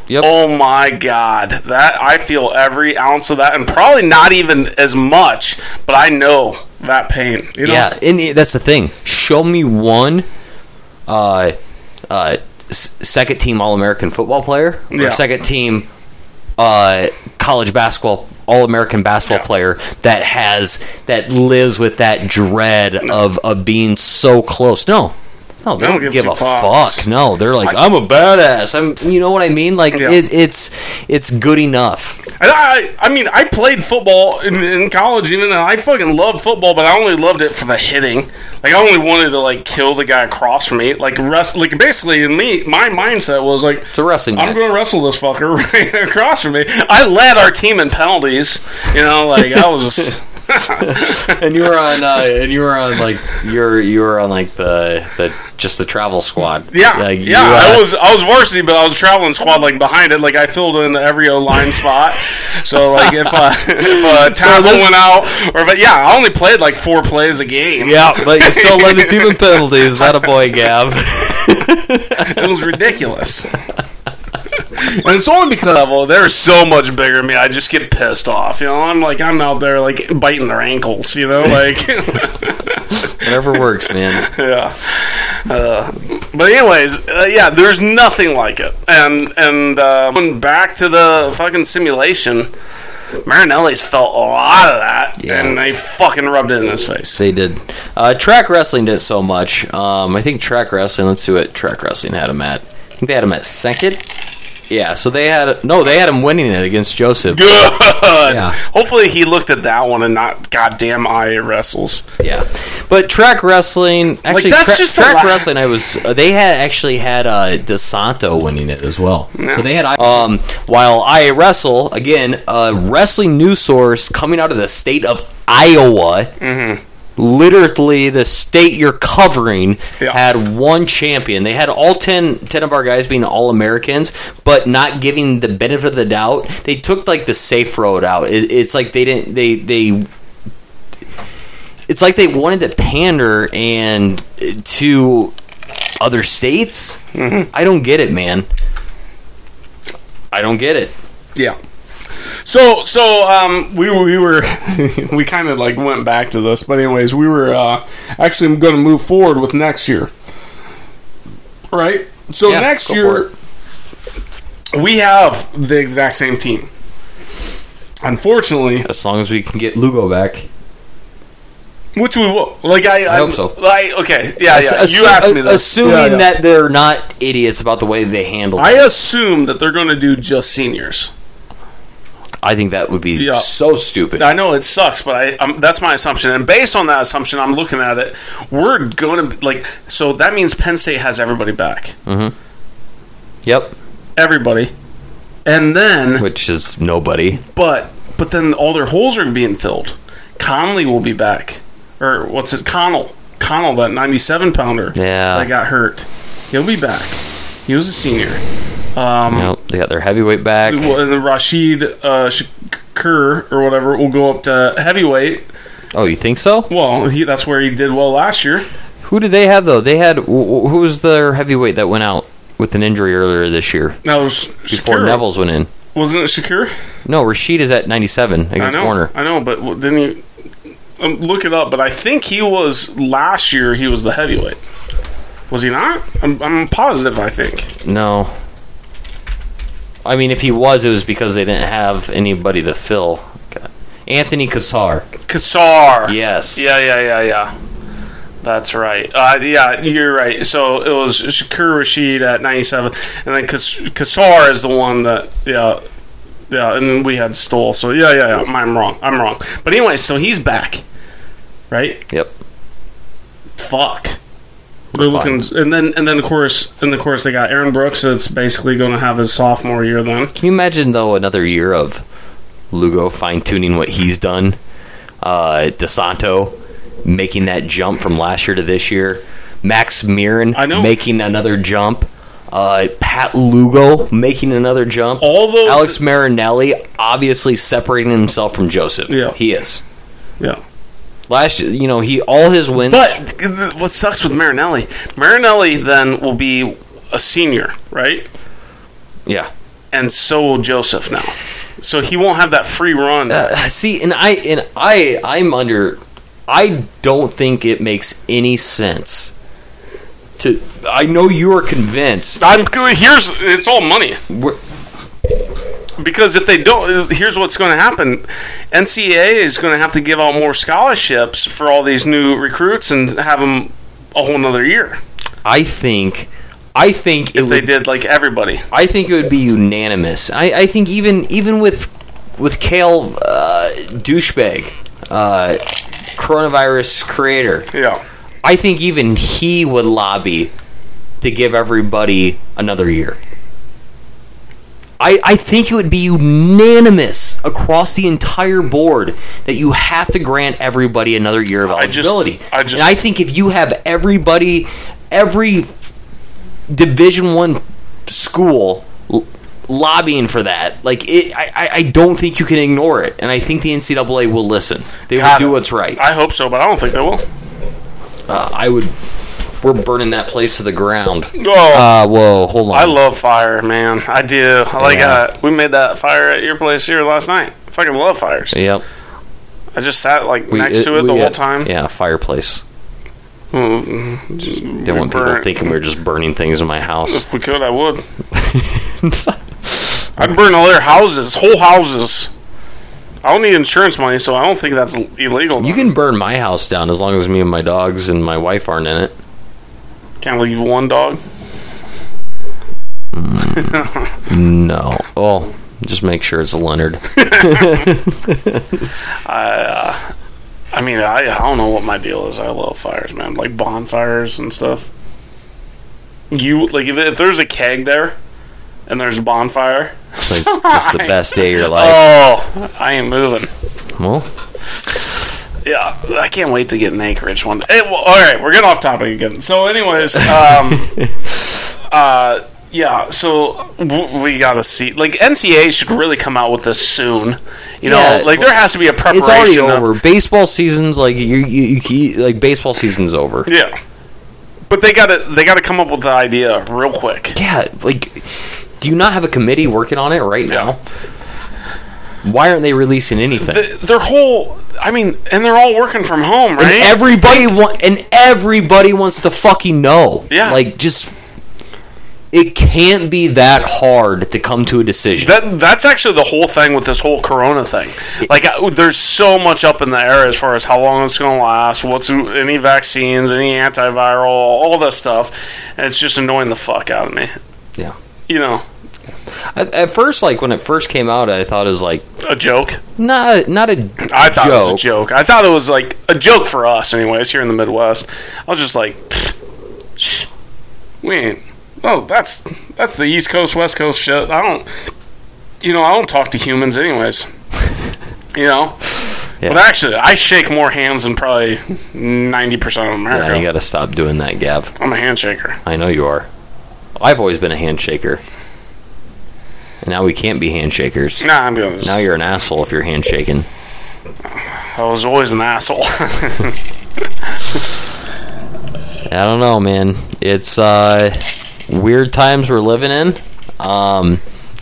C: Yep.
B: oh my god that i feel every ounce of that and probably not even as much but i know that pain you know
C: Yeah, and it- that's the thing. Show me one uh, uh, s- second team All American football player or
B: Yeah.
C: second team uh, college basketball All American basketball
B: Yeah.
C: player that has that lives with that dread of of being so close. No. No, they don't, give, a
B: fucks.
C: fuck. No, they're like, I, am a badass. I'm, you know what I mean? Like,
B: Yeah.
C: it, it's it's good enough.
B: And I, I mean, I played football in, in college, even, and I fucking loved football, but I only loved it for the hitting. Like, I only wanted to like kill the guy across from me. Like, rest, like basically, in me, my mindset was like,
C: It's a wrestling
B: I'm
C: match.
B: going to wrestle this fucker <laughs> right across from me. I led our team in penalties. You know, like I was. Just,
C: and you were on uh, and you were on like you're you were on like the the just the travel squad.
B: Yeah,
C: Like,
B: yeah.
C: you, uh,
B: I was I was varsity, but I was traveling squad like behind it. Like I filled in every O line spot. So like if uh, <laughs> if a tackle
C: this-
B: went out, or but yeah, I only played like four plays a game.
C: Yeah, but you still led the team in penalties. That a boy, Gav.
B: <laughs> It was
C: <laughs>
B: ridiculous. and it's only because well, they're so much bigger than me. I just get pissed off. You know, I'm like I'm out there like biting their ankles. You know, like <laughs>
C: Whatever works, man.
B: yeah. Uh, but anyways, uh, yeah, there's nothing like it. And and uh, going back to the fucking simulation, Marinelli's felt a lot of that,
C: Yeah.
B: and they fucking rubbed it in his face.
C: They did. Uh, track wrestling did so much. Um, I think track wrestling. Let's see what track wrestling had him at. I think they had him at second. Yeah, so they had no. They had him winning it against Joseph.
B: Good.
C: Yeah.
B: <laughs> Hopefully, he looked at that one and not goddamn I wrestles.
C: Yeah, but track wrestling. Actually,
B: that's
C: tra-
B: just a
C: track
B: lot.
C: wrestling. I was. Uh, they had actually had uh, Desanto winning it as well. So they had. Um, while I wrestle again, a wrestling news source coming out of the state of Iowa.
B: Mm-hmm.
C: Literally, the state you're covering
B: Yeah.
C: had one champion. They had all 10, 10 of our guys being all Americans, but not giving the benefit of the doubt. They took like the safe road out. It, it's like they didn't. They they it's like they wanted to pander and to other states. I don't get it, man. I don't get it.
B: Yeah. So so um, we we were <laughs> we kind of like went back to this, but anyways, we were uh, actually going to move forward with next year, right? So
C: Yeah,
B: next
C: go
B: year we have the exact same team. Unfortunately,
C: As long as we can get Lugo back.
B: Which we will. Like I, I
C: hope so.
B: Like okay, yeah, yeah.
C: Assu-
B: you asked me
C: a-
B: that.
C: Assuming
D: Yeah, yeah.
C: that they're not idiots about the way they handle
B: I
C: it,
B: assume that they're going to do just seniors.
C: I think that would be
B: Yeah.
C: so stupid.
B: I know it sucks, but I um, that's my assumption. And based on that assumption, I'm looking at it. We're going to like so that means Penn State has everybody back,
C: yep,
B: everybody, and then
C: which is nobody.
B: but but then all their holes are being filled. Conley will be back, or what's it? Connell, Connell, that 97 pounder.
C: Yeah.
B: that got hurt. He'll be back. He was a senior.
C: Yep, they got their heavyweight back.
B: Well, and then Rashid uh, Shakur or whatever will go up to heavyweight.
C: Oh, you think so?
B: Well, he, that's where he did well last year.
C: Who did they have though? They had wh- wh- who was their heavyweight that went out with an injury earlier this year
B: That was
C: before
B: Shakur.
C: Neville's went in.
B: Wasn't it Shakur?
C: No, Rashid is at 97
B: I
C: against
B: know.
C: Warner.
B: I know, but w- didn't he? Um, look it up, but I think he was last year. He was the heavyweight. Was he not? I'm, I'm positive. I think.
C: No. I mean, if he was, it was because they didn't have anybody to fill. God. Anthony Cassar.
B: Kassar.
C: Yes.
B: Yeah, yeah, yeah, yeah. That's right. Uh, yeah, you're right. So it was Shakur Rashid at 97, and then Kass- Kassar is the one that, yeah, yeah, and then we had Stoll. So yeah, yeah, yeah. I'm wrong. I'm wrong. But anyway, so he's back, right?
C: Yep.
B: Fuck. We're looking, and then and then of course, and of course, they got Aaron Brooks. That's basically going to have his sophomore year then.
C: Can you imagine though another year of Lugo fine tuning what he's done? Uh, Desanto making that jump from last year to this year. Max Mirren
B: I know.
C: making another jump. Uh, Pat Lugo making another jump.
B: All those-
C: Alex Marinelli obviously separating himself from Joseph.
B: Yeah.
C: he is.
B: Yeah.
C: Last, year, you know, he all his wins.
B: But th- what sucks with Marinelli? Marinelli then will be a senior, right?
C: yeah,
B: and so will Joseph now. So he won't have that free run.
C: Uh, see, and I and I I'm under. I don't think it makes any sense. To I know you are convinced.
B: I'm here's it's all money
C: We're-
B: because if they don't, here's what's going to happen: NCAA is going to have to give out more scholarships for all these new recruits and have them a whole nother year.
C: I think. I think it
B: If they
C: would.
B: did like everybody,
C: I think it would be unanimous. I, I think even even with with Kale uh, douchebag, uh, coronavirus creator.
B: yeah,
C: I think even he would lobby to give everybody another year. I, I think it would be unanimous across the entire board that you have to grant everybody another year of
B: I just-
C: eligibility.
B: I just-
C: and I think if you have everybody, every Division One school l- lobbying for that, like it, I, I- I don't think you can ignore it. And I think the NCAA will listen. They will
B: Got
C: do
B: it.
C: what's right.
B: I hope so, but I don't think they will.
C: Uh, I would. We're burning that place to the ground.
B: Oh,
C: Uh, whoa, hold on.
B: I love fire, man. I do. I Like
C: Yeah.
B: uh, we made that fire at your place here last night. I fucking love fires.
C: Yep.
B: I just sat like
C: We- uh,
B: next to it
C: we
B: the whole
C: got-
B: time.
C: Yeah, fireplace.
B: Mm,
C: Didn't want people
B: burnt.
C: thinking we were just burning things in my house.
B: <laughs> If we could, I would. I'd burn all their houses, whole houses. I don't need insurance money, so I don't think that's l- illegal.
C: You
B: though.
C: can burn my house down as long as me and my dogs and my wife aren't in it.
B: can't leave one dog.
C: No. Oh, just make sure it's Leonard.
B: I mean, I, I don't know what my deal is. I love fires, man, like bonfires and stuff. You like if, if there's a keg there, and there's a bonfire.
C: It's like just the
B: <laughs>
C: best day of your life.
B: Oh, I ain't moving.
C: Well,
B: Yeah, I can't wait to get an acreage one. Hey, well, all right, we're getting off topic again. So, anyways,
C: <laughs>
B: um, uh, yeah. So w- we gotta see. Like NCAA should really come out with this soon. You know,
C: Yeah,
B: like there has to be a preparation.
C: it's already
B: of-
C: over. Baseball season's like you, you, you like baseball season's over.
B: yeah, but they gotta they gotta come up with the idea real quick.
C: Yeah, like, do you not have a committee working on it right
B: Yeah.
C: now? Why aren't they releasing anything?
B: The, their whole, I mean, and they're all working from home, right?
C: and everybody wa- and everybody wants to fucking know.
B: Yeah.
C: like just
E: it can't be that hard to come to a decision.
B: That that's actually the whole thing with this whole Corona thing. Like, I, there's so much up in the air as far as how long it's going to last, what's any vaccines, any antiviral, all this stuff, and it's just annoying the fuck out of me.
C: Yeah.
B: You know,
C: At, at first, like when it first came out, I thought it was like
B: a joke.
C: not not a
B: I thought it was a
C: joke.
B: joke. I thought it was like a joke for us, anyways, here in the Midwest. I was just like, "Pfft, shh, we ain't. Oh, that's that's the East Coast, West Coast shit. I don't, you know, I don't talk to humans, anyways. <laughs> you know,
C: Yeah.
B: but actually, I shake more hands than probably ninety percent of
C: Yeah,
B: America.
C: you got to stop doing that, Gav.
B: I'm a handshaker.
C: I know you are. I've always been a handshaker. And now we can't be handshakers.
B: Nah, I'm doing this.
C: Now you're an asshole if you're handshaking.
B: I was always an asshole. <laughs>
C: I don't know, man. It's uh, weird times we're living in. Um,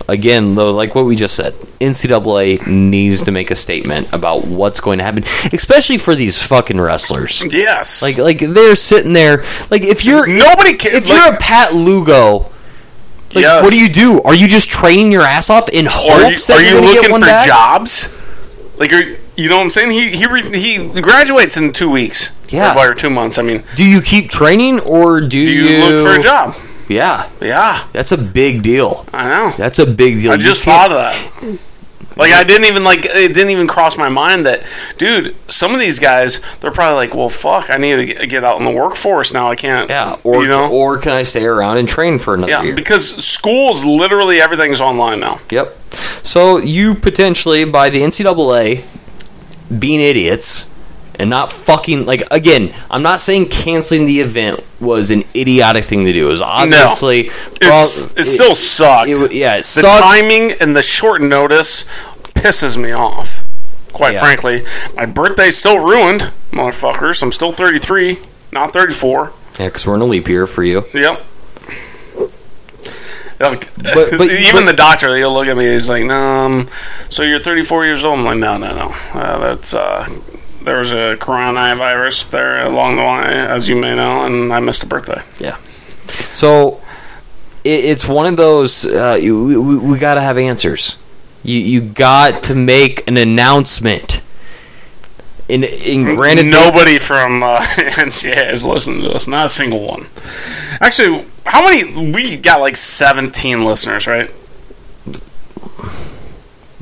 C: again, though, like what we just said, NCAA needs to make a statement about what's going to happen, especially for these fucking wrestlers.
B: yes,
C: Like, like they're sitting there. Like, if you're
B: nobody cares.
C: if you're a Pat Lugo, like,
B: Yes.
C: what do you do? Are you just training your ass off in
B: Or are you,
C: hopes
B: are
C: that
B: you
C: you're going to
B: looking
C: get
B: for
C: one back?
B: jobs? Like, are, you know what I'm saying? He he re, he graduates in two weeks.
C: Yeah.
B: or, two months. I mean,
C: Do you keep training or do,
B: do you, look for a job?
C: Yeah,
B: Yeah,
C: that's a big deal.
B: I know.
C: That's a big deal.
B: I
C: You
B: just
C: can't-
B: thought of that. Like, I didn't even like it didn't even cross my mind that, dude. Some of these guys, they're probably like, well, fuck, I need to get- get out in the workforce now. I can't.
C: Yeah, or
B: you know,
C: or can I stay around and train for another
B: yeah,
C: year?
B: because schools literally everything's online now.
C: yep. So you potentially by the NCAA being idiots and not fucking like again, I'm not saying canceling the event was an idiotic thing to do. It was obviously
B: It's, it, still sucked.
C: it w- yeah, it
B: the
C: sucks.
B: timing and the short notice pisses me off. Quite
C: Yeah.
B: frankly, my birthday's still ruined, motherfuckers. I'm still 33, not 34.
C: Yeah, because we're in a leap year for you.
B: Yep. Look,
C: But- but-
B: <laughs> even
C: but-
B: the doctor, he'll look at me. He's like, "Um, so you're 34 years old?" I'm like, "No, no, no. Uh, that's uh, there was a coronavirus there along the line, as you may know, and I missed a birthday."
C: Yeah. So it, it's one of those uh, you- we, we, we got to have answers. You you got to make an announcement. In, in granted,
B: nobody from uh, <laughs> NCAA is listening to us. Not a single one. Actually, how many? We got like 17 listeners, right?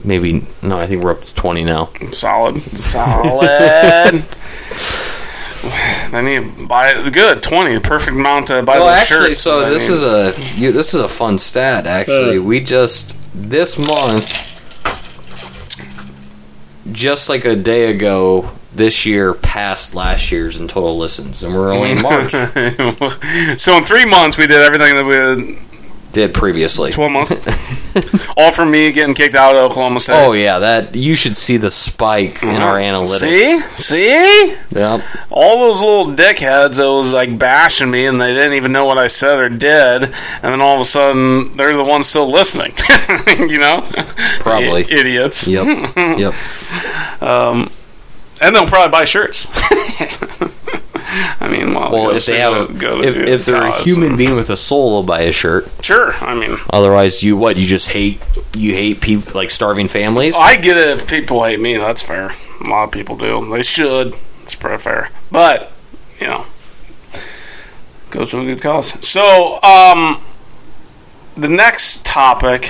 C: maybe no. I think we're up to twenty now.
B: Solid, <laughs> solid. I need to buy good 20, perfect amount to buy
C: Well,
B: those
C: actually,
B: shirts.
C: so
B: I
C: this
B: mean,
C: is a you, this is a fun stat. Actually, we just this month, just like a day ago, this year passed last year's in total listens, and we're
B: <laughs>
C: only in March.
B: so in three months we did everything that we did
C: Did previously <laughs>
B: 12 months. All for me getting kicked out of Oklahoma State.
C: Oh yeah, that you should see the spike in our analytics.
B: Mm-hmm. See, see,
C: Yep.
B: all those little dickheads that was like bashing me and they didn't even know what I said or did, and then all of a sudden they're the ones still listening, <laughs> you know?
C: Probably.
B: I- idiots.
C: Yep.
B: <laughs>
C: yep.
B: And they'll probably buy shirts. <laughs> I mean, well,
C: Well,
B: go
C: if
B: see
C: they
B: the-
C: have,
B: go to
C: if,
B: the
C: if they're a
B: cause
C: human being with a soul, they'll buy a shirt.
B: and- sure. I mean,
C: Otherwise, you what? You just hate you hate people like starving families.
B: I get it if people hate me. That's fair. A lot of people do. They should. It's pretty fair. But you know, goes to a good cause. So, um, the next topic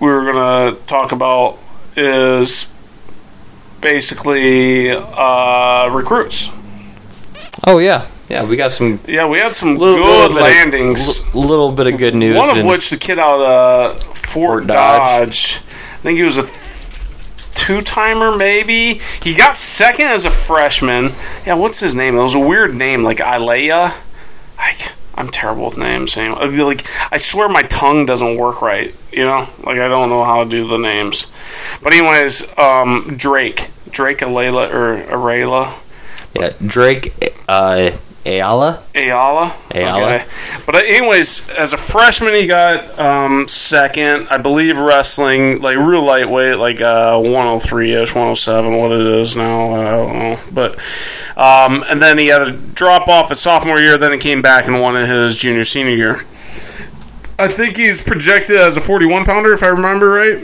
B: we were gonna talk about is basically uh, recruits.
C: Oh yeah, yeah. We got some
B: Yeah, we had some
C: little,
B: good
C: little
B: landings.
C: Bit of, li- little bit of good news.
B: One of
C: and-
B: which the kid out of uh, Fort,
C: Fort
B: Dodge.
C: Dodge.
B: I think he was a two timer, maybe. He got second as a freshman. Yeah, what's his name? It was a weird name, like Ilea. I, I'm terrible with names. Anyway. I feel Like I swear my tongue doesn't work right. You know, like I don't know how to do the names. But anyways, um, Drake, Drake Alela or Arela.
C: yeah, Drake uh, Ayala.
B: Ayala.
C: Ayala.
B: But uh, anyways, as a freshman, he got um, second, I believe, wrestling like real lightweight, like uh, 103ish, 107, what it is now, I don't know. But um, and then he had a drop off his sophomore year. Then he came back and won it his junior senior year. I think he's projected as a 41 pounder, if I remember right.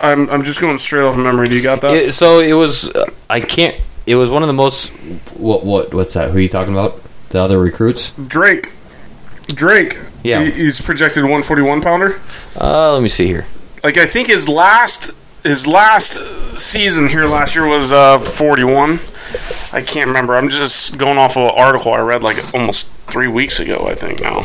B: I'm, I'm just going straight off memory. Do you got that?
C: It- so it was. uh, I can't. It was one of the most. What? What? What's that? Who are you talking about? The other recruits?
B: Drake. Drake.
C: Yeah.
B: He- he's projected 141 pounder.
C: Uh, let me see here.
B: Like I think his last his last season here last year was uh, 41. I can't remember. I'm just going off of an article I read like almost three weeks ago. I think now.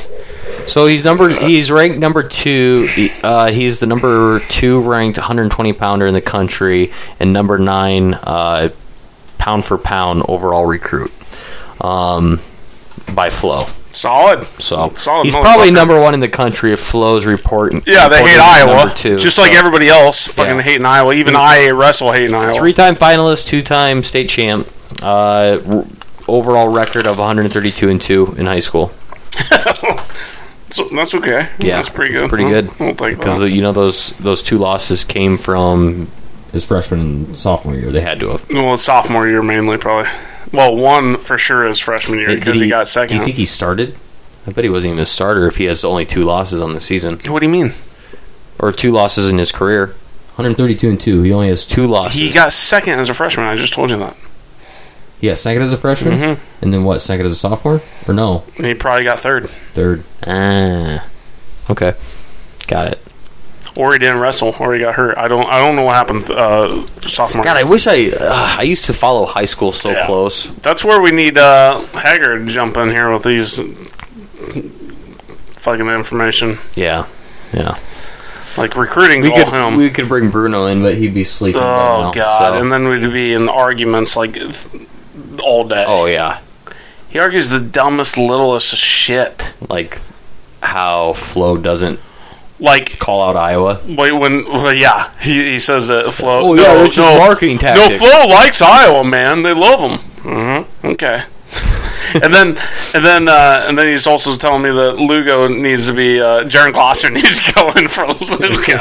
C: So he's number. He's ranked number two. Uh, he's the number two ranked 120 pounder in the country and number nine uh, pound for pound overall recruit um, by Flow.
B: Solid.
C: So
B: solid.
C: he's
B: motherfucker.
C: probably number one in the country if Flow's report.
B: Yeah, they
C: reporting
B: hate
C: him at
B: Iowa.
C: number Two,
B: just like
C: so.
B: everybody else, fucking
C: Yeah.
B: hating Iowa. Even IA Russell hating Iowa.
C: Three-time finalist, two-time state champ. Uh, r- overall record of 132 and two in high school.
B: So that's okay.
C: Yeah,
B: that's pretty
C: it's
B: good.
C: pretty
B: I'll-
C: good.
B: I'll take
C: Because
B: that.
C: you know those those two losses came from his freshman and sophomore year. They had to have.
B: Well, it's sophomore year mainly probably. Well, one for sure is freshman year
C: Did
B: because he got
C: Do
B: second.
C: you think he started? I bet he wasn't even a starter if he has only two losses on the season
B: what do you mean?
C: or two losses in his career. 132 and two. He only has two losses.
B: He got second as a freshman. I just told you that.
C: yeah, second as a freshman,
B: Mm-hmm.
C: and then what? Second as a sophomore, or no?
B: He probably got third,
C: Third. Ah, okay, got it.
B: or he didn't wrestle, or he got hurt. I don't. I don't know what happened uh, sophomore.
C: God, I
B: year.
C: wish I. Uh, I used to follow high school so
B: Yeah.
C: close.
B: That's where we need uh, Haggard to jump in here with these fucking information,
C: Yeah, yeah.
B: like recruiting.
C: We
B: all
C: could
B: him.
C: we could bring Bruno in, but he'd be sleeping. by
B: oh
C: now,
B: god!
C: so-
B: And then we'd be in arguments like th- all day.
C: oh yeah,
B: He argues the dumbest, littlest shit.
C: like how Flo doesn't
B: Like
C: call out Iowa.
B: wait, when well, yeah, he, he says that Flo.
C: Oh, yeah, that's his marketing
B: No,
C: tactic.
B: Flo likes Iowa, man. They love him. hmm Okay. <laughs> and then, and then, uh, and then he's also telling me that Lugo needs to be uh, Jaron Glasser <laughs> needs to go in for Lugo.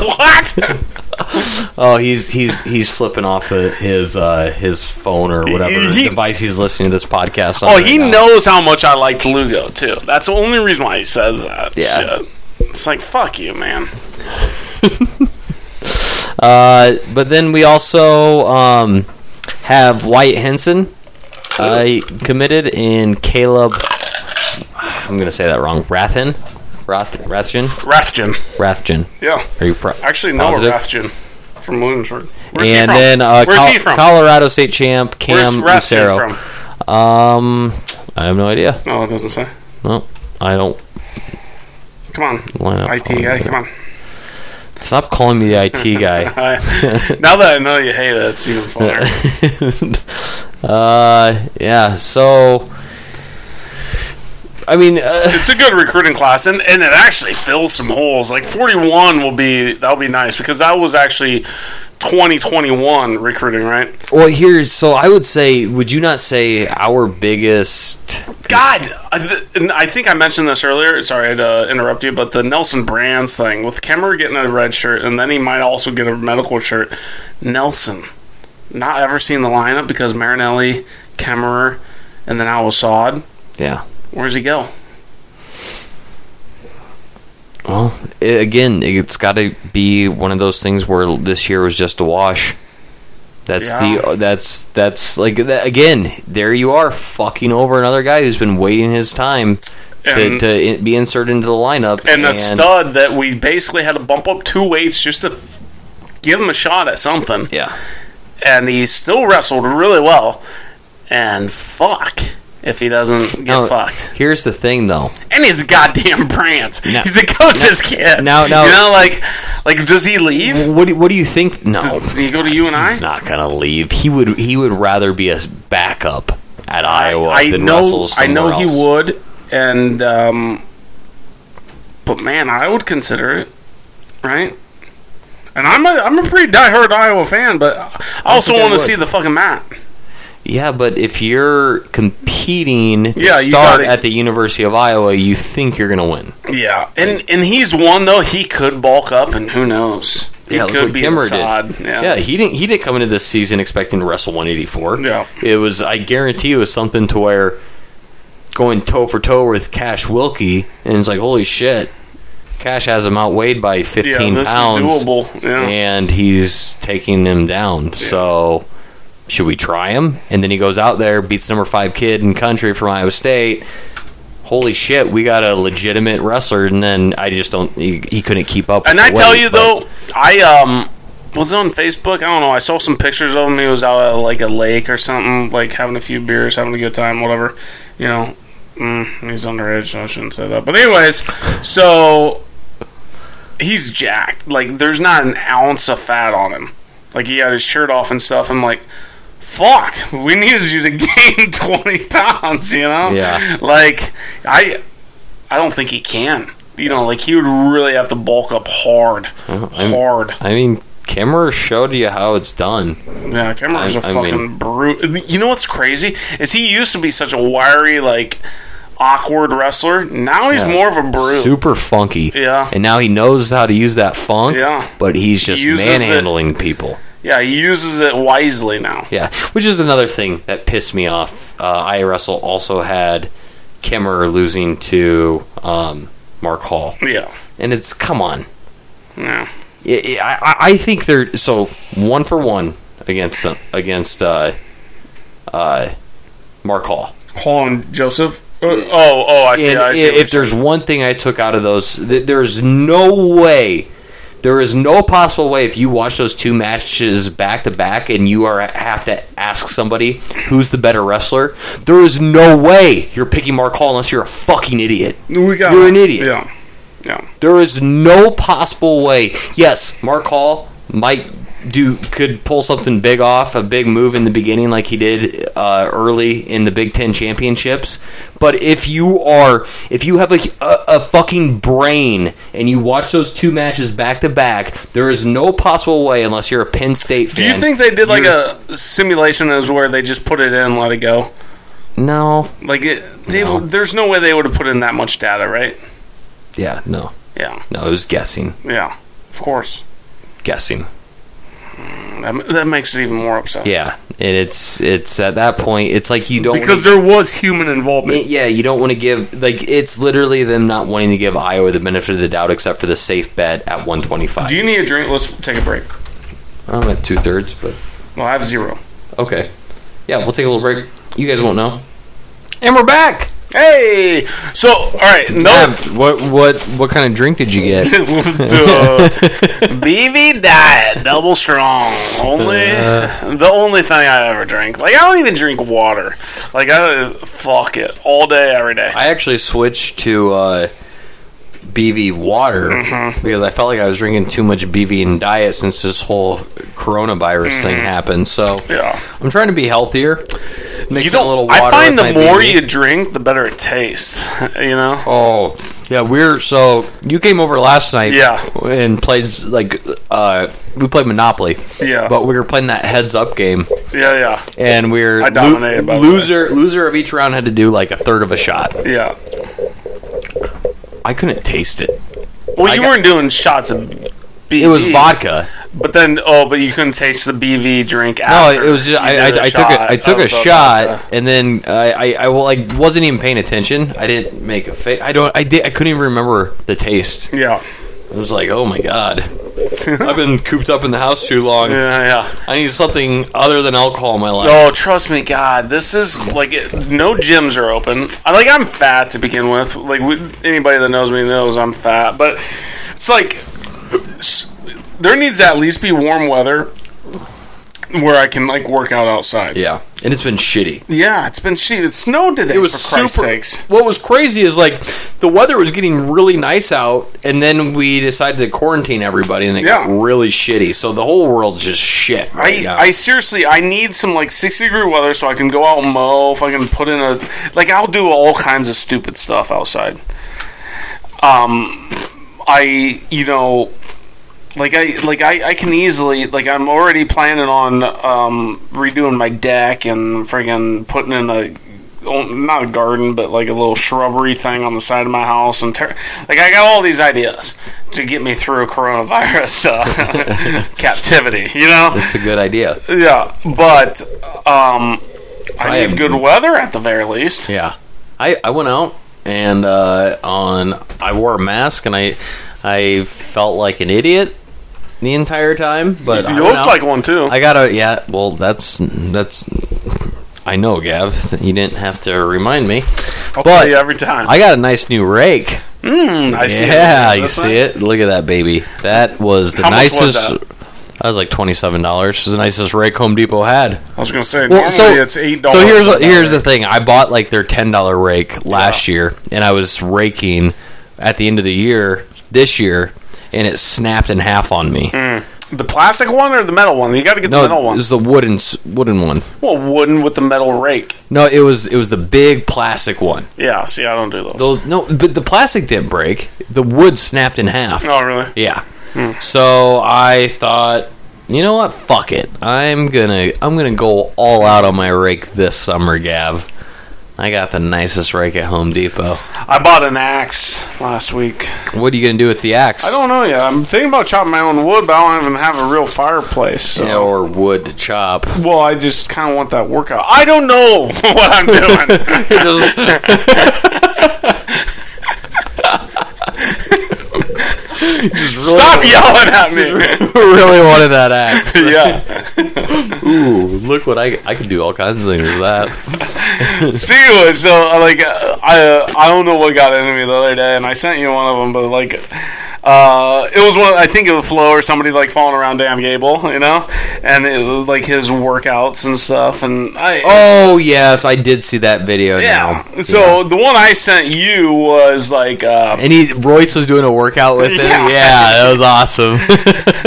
B: <laughs> what?
C: Oh, he's he's he's flipping off the, his uh, his phone or whatever
B: He-
C: device he's listening to this podcast. on
B: Oh,
C: right
B: he
C: now.
B: knows how much I liked Lugo too. That's the only reason why he says that.
C: Yeah.
B: shit. It's like fuck you, man.
C: Uh, but then we also um, have Wyatt Henson uh, he committed in Caleb. I'm gonna say that wrong. Rathen, Rath Rathjen,
B: Rathjen.
C: Rathjen.
B: Yeah.
C: Are you pro-
B: Actually, no,
C: positive?
B: Rathjen from Williamsburg. Where's he
C: and
B: from?
C: then uh,
B: where's
C: Col-
B: he from?
C: Colorado State champ
B: Where's
C: Cam
B: Rathjen
C: Lucero.
B: from?
C: Um, I have no idea.
B: Oh, it doesn't say.
C: No, I don't.
B: Come on,
C: Why not?
B: IT guy, come on.
C: Stop calling me the
B: <laughs>
C: IT guy. <laughs>
B: I- now that I know you hate it, it's even funnier.
C: uh, yeah. So, I mean, uh,
B: it's a good recruiting class, and, and it actually fills some holes. Like 41 will be that'll be nice because that was actually 2021 recruiting, right?
C: well, here's so I would say, would you not say our biggest?
B: God, I, th- and I think I mentioned this earlier. Sorry to interrupt you, but the Nelson Brands thing with Kemmer getting a red shirt, and then he might also get a medical shirt. Nelson, not ever seen the lineup because Marinelli, Kemmerer, and then Awasad.
C: Yeah.
B: Where's he go?
C: Well, i again, it's got to be one of those things where this year was just a wash. That's
B: Yeah.
C: the that's that's like that, again. There you are, fucking over another guy who's been waiting his time to,
B: And-
C: to in, be inserted into the lineup.
B: and a stud that we basically had to bump up two weights just to f- give him a shot at something.
C: Yeah,
B: And he still wrestled really well. And fuck if he doesn't get
C: Now,
B: fucked.
C: Here's the thing, though.
B: And he's a goddamn Brands.
C: Now-
B: he's a coach's kid.
C: Now- now-
B: you know, like, like does he leave?
C: What do, what do you think? No,
B: Does he go to you and I?
C: he's not gonna leave. He would he would rather be a backup at Iowa
B: I
C: than
B: know,
C: wrestle
B: I know
C: somewhere
B: he
C: else.
B: would. And um, but man, I would consider it, right? And I'm a I'm a pretty diehard Iowa fan, but I also
C: think I
B: want to
C: would.
B: see the fucking map.
C: Yeah, but if you're competing to
B: Yeah, you
C: start
B: gotta-
C: at the University of Iowa, you think you're gonna win.
B: Yeah, and and he's one though. He could bulk up, and who knows? He
C: Yeah, look
B: could
C: what Kimmerer did.
B: Assad. Yeah.
C: Yeah, he didn't he didn't come into this season expecting to wrestle 184.
B: Yeah.
C: it was I guarantee it was something to where going toe for toe with Cash Wilkie, and it's like, holy shit, Cash has him outweighed by
B: Yeah,
C: 15
B: this
C: pounds,
B: is doable. Yeah.
C: and he's taking him down. So should we try him? And then he goes out there, beats number five kid in country from Iowa State. Holy shit, we got a legitimate wrestler, and then I just don't. He, he couldn't keep up. with
B: And
C: the
B: I tell
C: weight,
B: you
C: but-
B: though, I um was on Facebook. I don't know. I saw some pictures of him. He was out at like a lake or something, like having a few beers, having a good time, whatever. You know, mm, he's underage. So I shouldn't say that. But anyways, so he's jacked. Like there's not an ounce of fat on him. Like he had his shirt off and stuff. I'm like. Fuck! We needed you to <laughs> gain twenty pounds, you know.
C: Yeah.
B: Like I, I don't think he can. You know, like he would really have to bulk up hard,
C: I'm-
B: hard.
C: I mean, Kimmer showed you how it's done.
B: Yeah, Cameron's a
C: I- I
B: fucking
C: mean-
B: brute. You know what's crazy is he used to be such a wiry, like awkward wrestler. Now he's
C: Yeah.
B: more of a brute.
C: Super funky.
B: Yeah.
C: And now he knows how to use that funk.
B: Yeah.
C: But he's just
B: uses it.
C: manhandling people.
B: Yeah, he uses it wisely now.
C: Yeah. Which is another thing that pissed me off. Uh, I Wrestle also had Kimmer losing to um, Mark Hall.
B: Yeah,
C: And it's, come on.
B: yeah,
C: I, I, I think they're so one for one against against uh, uh, Mark Hall.
B: Hall and Joseph. Uh, oh, oh, I see.
C: And
B: I
C: i-
B: see. what
C: if there's one thing I took out of those, th- there's no way, there is no possible way if you watch those two matches back to back and you are have to ask somebody who's the better wrestler, there is no way you're picking Mark Hall unless you're a fucking idiot.
B: you're, we got
C: you're an idiot.
B: Yeah, yeah.
C: There is no possible way. Yes, Mark Hall might do could pull something big off, a big move in the beginning like he did uh, early in the Big Ten championships. But if you are if you have a, a, a fucking brain and you watch those two matches back to back, there is no possible way unless you're a Penn State
B: Do
C: fan.
B: you think they did like
C: you're-
B: a simulation as where they just put it in, and let it go?
C: no?
B: Like, it, they,
C: No.
B: there's no way they would have put in that much data, right?
C: Yeah, no,
B: Yeah,
C: no, it was guessing,
B: yeah, of course.
C: guessing.
B: That, that makes it even more upsetting.
C: Yeah, and it's it's at that point, it's like you don't
B: because there was human involvement.
C: Y- Yeah, you don't want to give like it's literally them not wanting to give Iowa the benefit of the doubt except for the safe bet at 125.
B: Do you need a drink? Let's take a break.
C: I'm at two thirds, but
B: Well, I have zero.
C: okay. Yeah, we'll take a little break. You guys won't know, and we're back.
B: Hey, so all right, no,
C: what what what kind of drink did you get? <laughs>
B: <laughs> The BB diet double strong. Only
C: Uh.
B: the only thing I ever drink. Like I don't even drink water. Like I fuck it all day, every day.
C: I actually switched to uh, BV water
B: Mm-hmm.
C: because I felt like I was drinking too much BV and diet since this whole coronavirus thing happened. So
B: Mm-hmm. Yeah.
C: I'm trying to be healthier.
B: You
C: Mixing
B: don't.
C: a little water.
B: I find
C: with
B: the
C: my
B: more
C: BV.
B: you drink, the better it tastes. <laughs> You know.
C: Oh, yeah, we're so you came over last night,
B: Yeah.
C: and played like uh, we played Monopoly,
B: Yeah.
C: but we were playing that heads up game,
B: Yeah,
C: and we we're
B: I dominated, by the way.
C: loser loser of each round had to do like a third of a shot.
B: yeah, yeah.
C: I couldn't taste it.
B: Well,
C: I
B: you
C: got-
B: weren't doing shots of BV.
C: It was vodka.
B: But then, oh, but you couldn't taste the BV drink
C: No,
B: after.
C: it was. Just,
B: You
C: I, I,
B: did
C: I took
B: shot
C: a, I took
B: of
C: a
B: the
C: shot,
B: vodka.
C: and then I, I, I well, like wasn't even paying attention. I didn't make a face. I don't. I did. I couldn't even remember the taste.
B: Yeah.
C: I was like, oh my
B: <laughs>
C: god, I've been cooped up in the house too long.
B: Yeah, yeah.
C: I need something other than alcohol in my life.
B: Oh, trust me, God, this is like it, no gyms are open. I like I'm fat to begin with. Like we, anybody that knows me knows I'm fat, but it's like s- there needs to at least be warm weather where I can like work out outside.
C: Yeah, and it's been shitty.
B: Yeah, it's been shit. It snowed today.
C: It was
B: for Christ's
C: super.
B: sakes.
C: What was crazy is like the weather was getting really nice out, and then we decided to quarantine everybody, and it
B: Yeah.
C: got really shitty. So the whole world's just shit. Right
B: I,
C: now.
B: I seriously I need some like sixty degree weather so I can go out and mow if I can put in a like I'll do all kinds of stupid stuff outside. Um, I you know like I like I, I can easily like I'm already planning on um redoing my deck and friggin' putting in a oh, not a garden but like a little shrubbery thing on the side of my house and ter- like I got all these ideas to get me through coronavirus uh, <laughs> captivity you know
C: it's a good
B: <laughs>
C: idea.
B: yeah, but um, I
C: I
B: need
C: am-
B: good weather at the very least.
C: Yeah, I, I went out and uh, on I wore a mask and I I felt like an idiot the entire time. But I
B: You
C: went
B: looked
C: out-
B: like one too.
C: I gotta yeah. Well, that's that's. I know, Gav. You didn't have to remind me.
B: I'll
C: but
B: tell you every time.
C: I got a nice new rake.
B: Mm, <laughs> I see it.
C: yeah, you
B: That's
C: see
B: it.
C: it. Look at that baby. That was the
B: How much was
C: nicest. that was like twenty seven dollars. It was the nicest rake Home Depot had.
B: I was gonna say
C: Well,
B: normally
C: so
B: it's eight dollars.
C: So here's what- here's the thing. I bought like their ten dollar rake last year, and I was raking at the end of the year this year, and it snapped in half on me.
B: the plastic one or the metal one. You got to get
C: No,
B: the metal
C: it
B: Mm, one.
C: was the wooden s- wooden one.
B: well, wooden with the metal rake.
C: No, it was it was the big plastic one.
B: Yeah. See, I don't do those.
C: Those no, but the plastic didn't break. The wood snapped in half.
B: oh, really?
C: Yeah. So I thought, you know what? Fuck it. I'm gonna I'm gonna go all out on my rake this summer, Gav. I got the nicest rake at Home Depot.
B: I bought an axe last week.
C: What are you gonna do with the axe?
B: I don't know yet. I'm thinking about chopping my own wood, but I don't even have a real fireplace. So.
C: Yeah, or wood to <laughs> chop.
B: well, I just kind of want that workout. I don't know <laughs> what
C: <laughs>
B: I'm doing.
C: you
B: Stop yelling
C: <laughs>
B: at me.
C: really wanted that axe.
B: <laughs> yeah.
C: Ooh, look what I I could do all kinds of things with that.
B: Speaking of which, so uh, like uh, I uh, I don't know what got into me the other day, and I sent you one of them, but like uh, it was one I think it was Flo or somebody like falling around Damn Gable, you know, and it was like his workouts and stuff, and I
C: Oh yes, I did see that video.
B: yeah.
C: now.
B: So the one I sent you was like uh,
C: And he Royce was doing a workout with him.
B: Yeah.
C: <laughs> Yeah, that was awesome.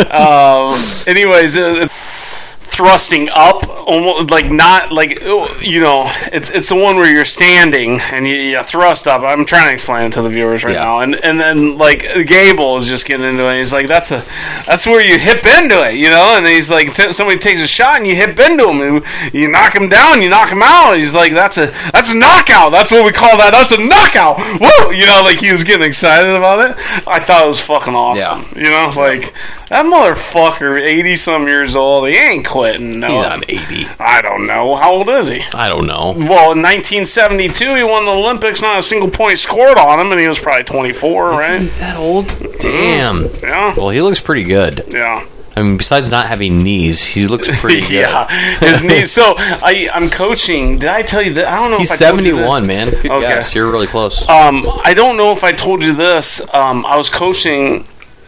B: Um, anyways, uh, thrusting up, almost like not like oh, you know, it's it's the one where you're standing and you, you thrust up. I'm trying to explain it to the viewers right
C: Yeah.
B: now, and and then like Gable is just getting into it. He's like, that's a that's where you hip into it, you know. And he's like, t- somebody takes a shot and you hip into him, and you knock him down, you knock him out. He's like, that's a that's a knockout. That's what we call that. That's a knockout. Woo! You know, like he was getting excited about it. I thought it was fucking awesome.
C: Yeah.
B: You know, like that motherfucker, eighty some years old, he ain't quitting. No,
C: He's <laughs> on eighty.
B: I don't know how old is he.
C: I don't know.
B: Well, in 1972, he won the Olympics. Not a single point scored on him, and he was probably 24, right? Mm-hmm.
C: that old? Damn.
B: Yeah,
C: Well, he looks pretty good.
B: yeah.
C: I mean, besides not having knees, he
B: <laughs>
C: looks pretty good.
B: Yeah,
C: <laughs>
B: his knees. So I, I'm coaching. Did I tell you that? I don't know.
C: He's
B: if I told you this.
C: seventy-one, man. Good
B: Okay.
C: guess. You're really close.
B: Um, I don't know if I told you this. Um, I was coaching,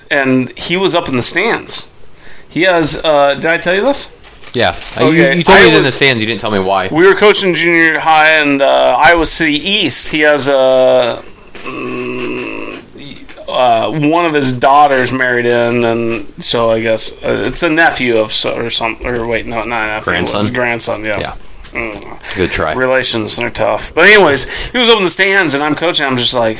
B: and he was up in the stands. He has. Uh, did I tell you this?
C: yeah. Uh,
B: okay.
C: You, you told
B: I
C: me he's in
B: was-
C: the stands. You didn't tell me why.
B: We were coaching junior high and uh, Iowa City East. He has a. Uh, one of his daughters married in, and so I guess uh, it's a nephew of so, or something. Or wait, no, not nephew. it was
C: Grandson?
B: Grandson. Yeah.
C: Yeah.
B: Mm.
C: Good try.
B: relations are tough. But anyways, he was up in the stands, and I'm coaching. I'm just like,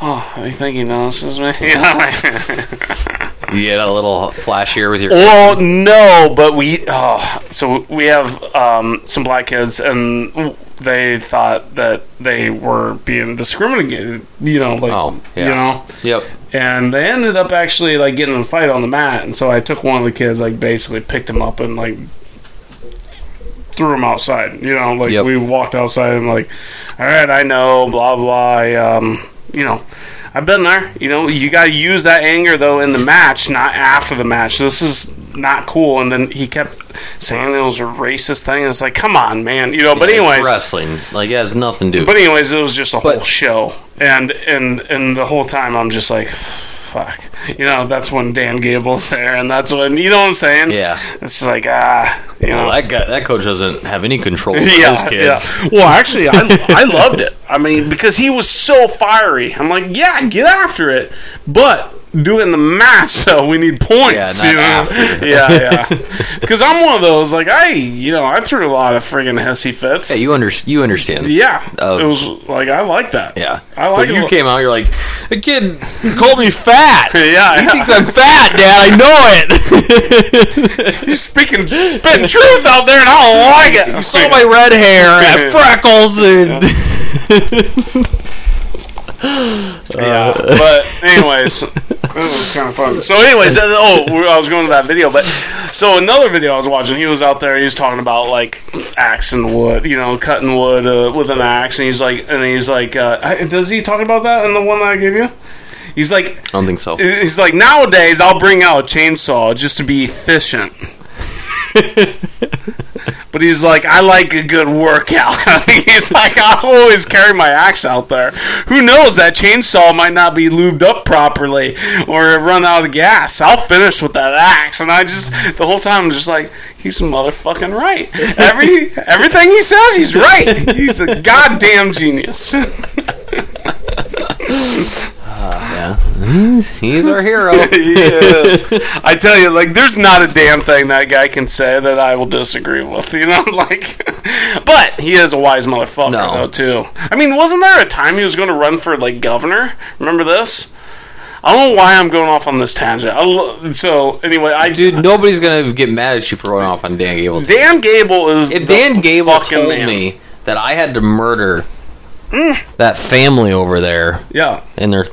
B: oh, I think he notices me. <laughs> You know, like- <laughs>
C: You get a little flashier with your.
B: well, no, but we. Oh, so we have um, some black kids, and they thought that they were being discriminated. You know, like
C: Oh, yeah.
B: you know,
C: Yep.
B: and they ended up actually like getting in a fight on the mat. And so I took one of the kids, like basically picked him up and like threw him outside. You know, like
C: Yep.
B: we walked outside and like, all right, I know, blah blah. I, um, you know, I've been there. You know, you got to use that anger though in the match, not after the match. This is not cool. And then he kept saying it was a racist thing. It's like, come on, man. You know. But
C: It's
B: anyways,
C: wrestling like it has nothing to do.
B: but anyways, it was just a
C: But-
B: whole show, and and and the whole time I'm just like, fuck, you know. That's when Dan Gable's there, and that's when you know what I'm saying.
C: Yeah.
B: it's just like ah, you know.
C: well, that guy, that coach doesn't have any control over his
B: <laughs> yeah,
C: kids.
B: yeah. Well, actually, I, I loved it. I mean, because he was so fiery. I'm like, yeah, get after it, but do it in the match. <laughs> So we need points.
C: Yeah,
B: you know?
C: not after.
B: <laughs> yeah, yeah. Because I'm one of those. Like, I, you know, I threw a lot of friggin' hissy fits.
C: Hey, you under, you understand?
B: Yeah,
C: Of-
B: it was like I like that.
C: Yeah.
B: I like
C: But
B: it.
C: you came out. You're like, the kid called me fat.
B: <laughs> Yeah,
C: he
B: yeah.
C: thinks I'm fat, Dad. I <laughs> know it.
B: He's speaking, spitting truth out there, and I don't like it.
C: you saw my red hair
B: <laughs>
C: and freckles. And <laughs>
B: yeah, but anyways, It was kind of fun. So, anyways, uh, oh, we- I was going to that video, but so another video I was watching, he was out there, he was talking about like axing wood, you know, cutting wood uh, with an axe, and he's like, and he's like, uh, I- does he talk about that in the one that I gave you? He's like,
C: I don't think so.
B: he's like, nowadays I'll bring out a chainsaw just to be efficient. but he's like, I like a good workout. <laughs> he's like, I always carry my axe out there. Who knows that chainsaw might not be lubed up properly or run out of gas. I'll finish with that axe. And I just the whole time I'm just like, he's motherfucking right. Every everything he says, he's right. He's a goddamn genius. <laughs>
C: He's our hero.
B: <laughs> he is. <laughs> I tell you, like, there's not a damn thing that guy can say that I will disagree with. You know, <laughs> like, but he is a wise motherfucker
C: No.
B: though too. I mean, wasn't there a time he was going to run for like governor? Remember this? I don't know why I'm going off on this tangent. I lo- so anyway, I
C: Dude, nobody's gonna get mad at you for going off on Dan Gable.
B: Dan Gable is
C: If
B: Mm. the
C: Dan Gable
B: fucking
C: told
B: man. Mm.
C: me that I had to murder that family over there
B: yeah,
C: and their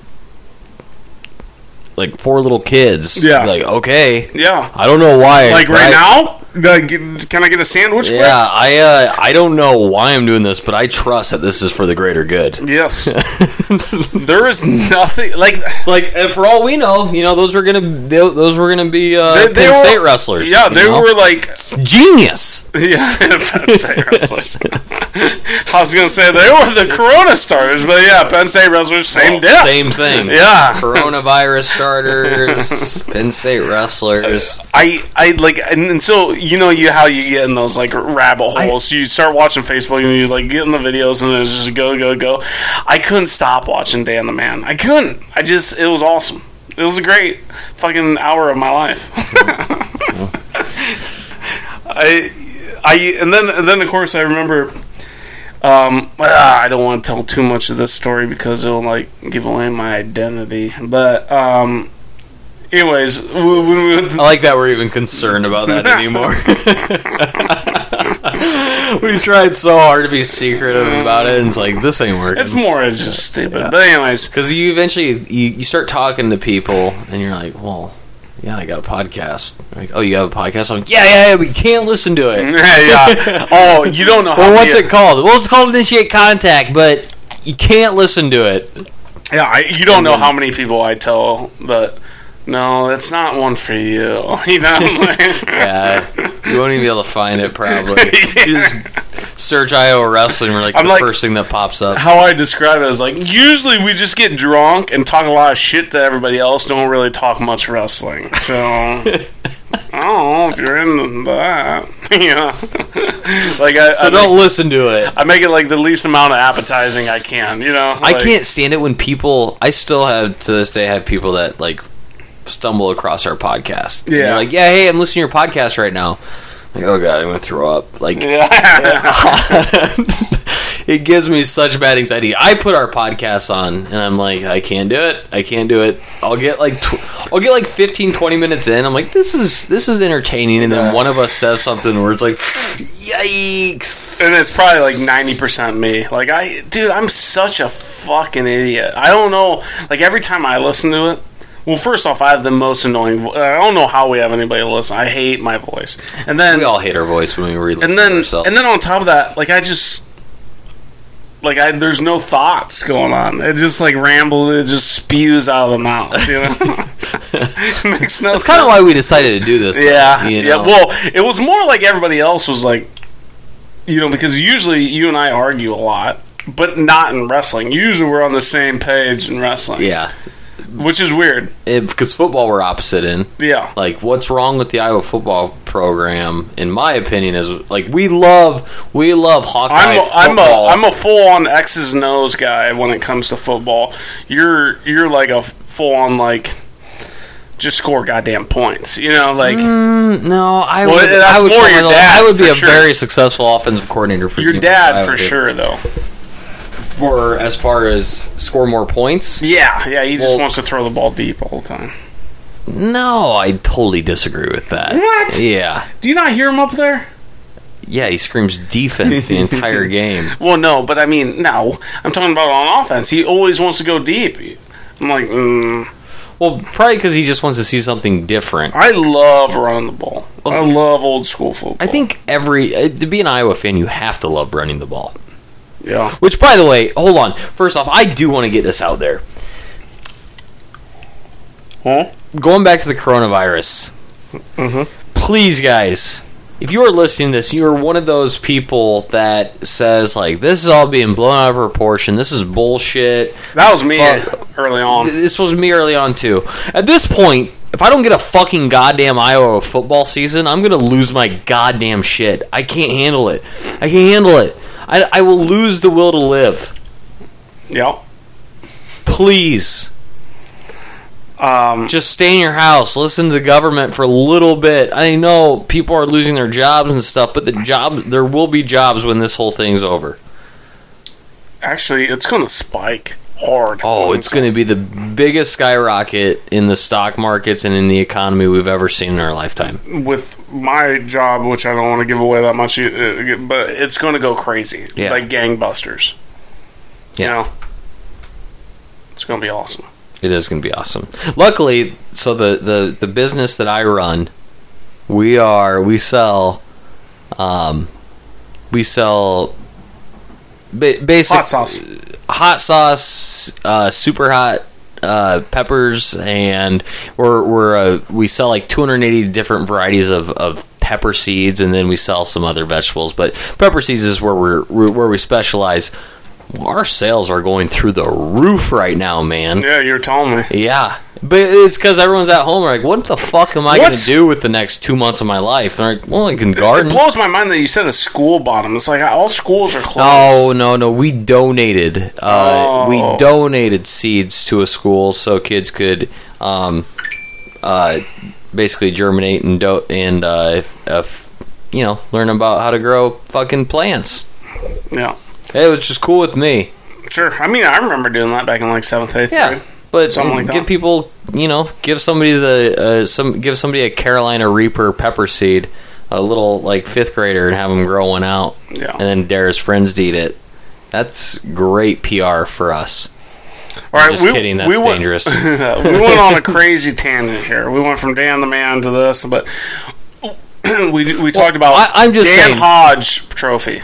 C: like four little kids,
B: Yeah.
C: I'd be like okay,
B: yeah,
C: I don't know why.
B: like
C: but
B: right
C: I-
B: now, like, can I get a sandwich? quick?
C: Yeah, I uh, I don't know why I'm doing this, but I trust that this is for the greater
B: <laughs>
C: good. <laughs>
B: Yes. there is nothing like
C: It's like, and for all we know, you know, those were gonna they, those were gonna be uh,
B: they, they
C: Penn
B: were
C: State wrestlers.
B: Yeah,
C: you
B: they
C: know?
B: were like
C: genius.
B: <laughs> Yeah, Penn State wrestlers. <laughs> I was gonna say they were the Corona starters, but yeah, Penn State wrestlers, same deal.
C: Same thing.
B: <laughs> Yeah,
C: Coronavirus starters, <laughs> Penn State wrestlers.
B: I, I like, and, and so you know, you how you get in those like rabbit holes. you start watching Facebook and you like get in the videos and it's just go, go, go. I couldn't stop watching Dan the Man. I couldn't. I just, it was awesome. It was a great fucking hour of my life. <laughs> I, I, and then, and then of course I remember. Um, ah, I don't want to tell too much of this story because it'll like give away my identity. But um, anyways, w- w- w-
C: I like that we're even concerned about
B: <laughs>
C: that anymore. <laughs> we tried so hard to be secretive about it, and it's like this ain't working.
B: It's more it's just stupid. But anyways,
C: Because you eventually you, you start talking to people, and you're like, well, yeah, I got a podcast. Like, oh, you have a podcast? I'm like, yeah, yeah, yeah. We can't listen to it.
B: <laughs> <laughs> yeah. Oh, you don't know.
C: Well,
B: how
C: what's
B: many-
C: it called? Well, it's called Initiate Contact, but you can't listen to it.
B: Yeah, I, you don't know how many people I tell that. No, that's not one for you. <laughs> You know, like, <laughs>
C: Yeah, you won't even be able to find it probably. You just search Iowa wrestling, we're like
B: I'm
C: the
B: like-
C: first thing that pops up.
B: how I describe it is like usually we just get drunk and talk a lot of shit to everybody else. Don't really talk much wrestling, so I don't know if you're into that. <laughs> yeah, like I, I,
C: So
B: make,
C: don't listen to it.
B: I make it like the least amount of appetizing I can. You know,
C: I
B: like-
C: can't stand it when people. I still have to this day have people that like stumble across our podcast. And they're
B: Yeah.
C: like yeah, hey, I'm listening to your podcast right now. Like, oh god, I'm gonna throw up. Like,
B: <laughs> <laughs> Yeah.
C: <laughs> it gives me such bad anxiety. I put our podcast on, and I'm like, I can't do it. I can't do it. I'll get like, tw- I'll get like 15, 20 minutes in. I'm like, this is this is entertaining, and then one of us says something where it's like, yikes.
B: and it's probably like 90% me like i dude i'm such a fucking idiot i don't know like every time i listen to it well first off i have the most annoying vo- i don't know how we have anybody listen i hate my voice and then
C: we all hate our voice when we re-listen
B: and
C: to
B: then
C: ourselves.
B: and then on top of that like i just like I, there's no thoughts going on. It just like rambles. It just spews out of the mouth.
C: <laughs>
B: You know, <laughs> It makes no.
C: That's kind of why we decided to do this.
B: Yeah,
C: you
B: yeah.
C: know?
B: Well, it was more like everybody else was like, you know, because usually you and I argue a lot, but not in wrestling. Usually we're on the same page in wrestling,
C: yeah,
B: which is weird.
C: because football we're opposite in.
B: Yeah,
C: Like, what's wrong with the Iowa football program? In my opinion, is like we love we love Hawkeye
B: I'm a, I'm a
C: football.
B: I'm a full on X's and O's guy when it comes to football. You're you're like a full on like. Just score goddamn points, you know. Like
C: Mm. no, I
B: Well,
C: would.
B: that's
C: I would,
B: more
C: call
B: your
C: it a-
B: dad,
C: I would be
B: for
C: a
B: sure.
C: very successful offensive coordinator for
B: your
C: the
B: dad,
C: Iowa
B: for
C: Duke.
B: sure, though.
C: For as far as score more points,
B: Yeah, yeah. He just
C: Well-
B: wants to throw the ball deep all the time.
C: no, I totally disagree with that.
B: What?
C: Yeah,
B: Do you not hear him up there?
C: yeah, he screams defense the <laughs> entire game.
B: Well, no, but I mean, no. I'm talking about on offense. He always wants to go deep. I'm like, mm,
C: Well, probably because he just wants to see something different.
B: I love running the ball. I love old school football.
C: I think every uh, to be an Iowa fan, you have to love running the ball.
B: yeah.
C: Which, by the way, hold on. First off, I do want to get this out there.
B: Huh?
C: Going back to the coronavirus, please, guys, if you are listening to this, you are one of those people that says like, "This is all being blown out of proportion. This is bullshit."
B: That was me
C: Fuck.
B: early on.
C: This was me early on too. At this point, if I don't get a fucking goddamn Iowa football season, I'm gonna lose my goddamn shit. I can't handle it. I can't handle it. I, I will lose the will to live.
B: Yeah.
C: Please,
B: Um,
C: just stay in your house. Listen to the government for a little bit. I know people are losing their jobs and stuff, but the job there will be jobs when this whole thing's over.
B: actually, it's going to spike hard.
C: Oh, it's going to be the biggest skyrocket in the stock markets and in the economy we've ever seen in our lifetime.
B: with my job, which I don't want to give away that much, uh, but it's going to go crazy,
C: Yeah.
B: like gangbusters.
C: Yeah.
B: You know, it's going to be awesome.
C: It is going to be awesome. Luckily, so the, the, the business that I run, we are we sell, um, we sell ba- basic
B: Hot sauce.
C: hot sauce, uh, super hot uh, peppers, and we're we're uh, we sell like 280 different varieties of of pepper seeds, and then we sell some other vegetables. But pepper seeds is where we're where we specialize. Our sales are going through the roof right now, man.
B: Yeah, you're telling me.
C: Yeah. But it's because everyone's at home. Like, what the fuck am I going to
B: What's-
C: do with the next two months of my life? They're like, well, I can
B: It
C: garden.
B: blows my mind that you said a school bottom. It's like all schools are closed.
C: No, Oh, no, no. We donated. Uh,
B: Oh.
C: We donated seeds to a school so kids could um, uh, basically germinate and do- and uh, if, if, you know learn about how to grow fucking plants.
B: Yeah,
C: It was just cool with me.
B: sure. I mean, I remember doing that back in like seventh, eighth
C: Yeah,
B: grade.
C: but
B: Something like
C: give
B: that.
C: people, you know, give somebody the uh, some give somebody a Carolina Reaper pepper seed, a little like fifth grader, and have them grow one out,
B: Yeah.
C: and then dare his friends to eat it. That's great PR for us.
B: All right,
C: Just kidding, that's
B: went-
C: dangerous.
B: <laughs> we went
C: <laughs>
B: on a crazy tangent here. We went from Dan the Man to this, but <clears throat> we we talked about
C: I- I'm just
B: Dan
C: saying-
B: Hodge Trophy.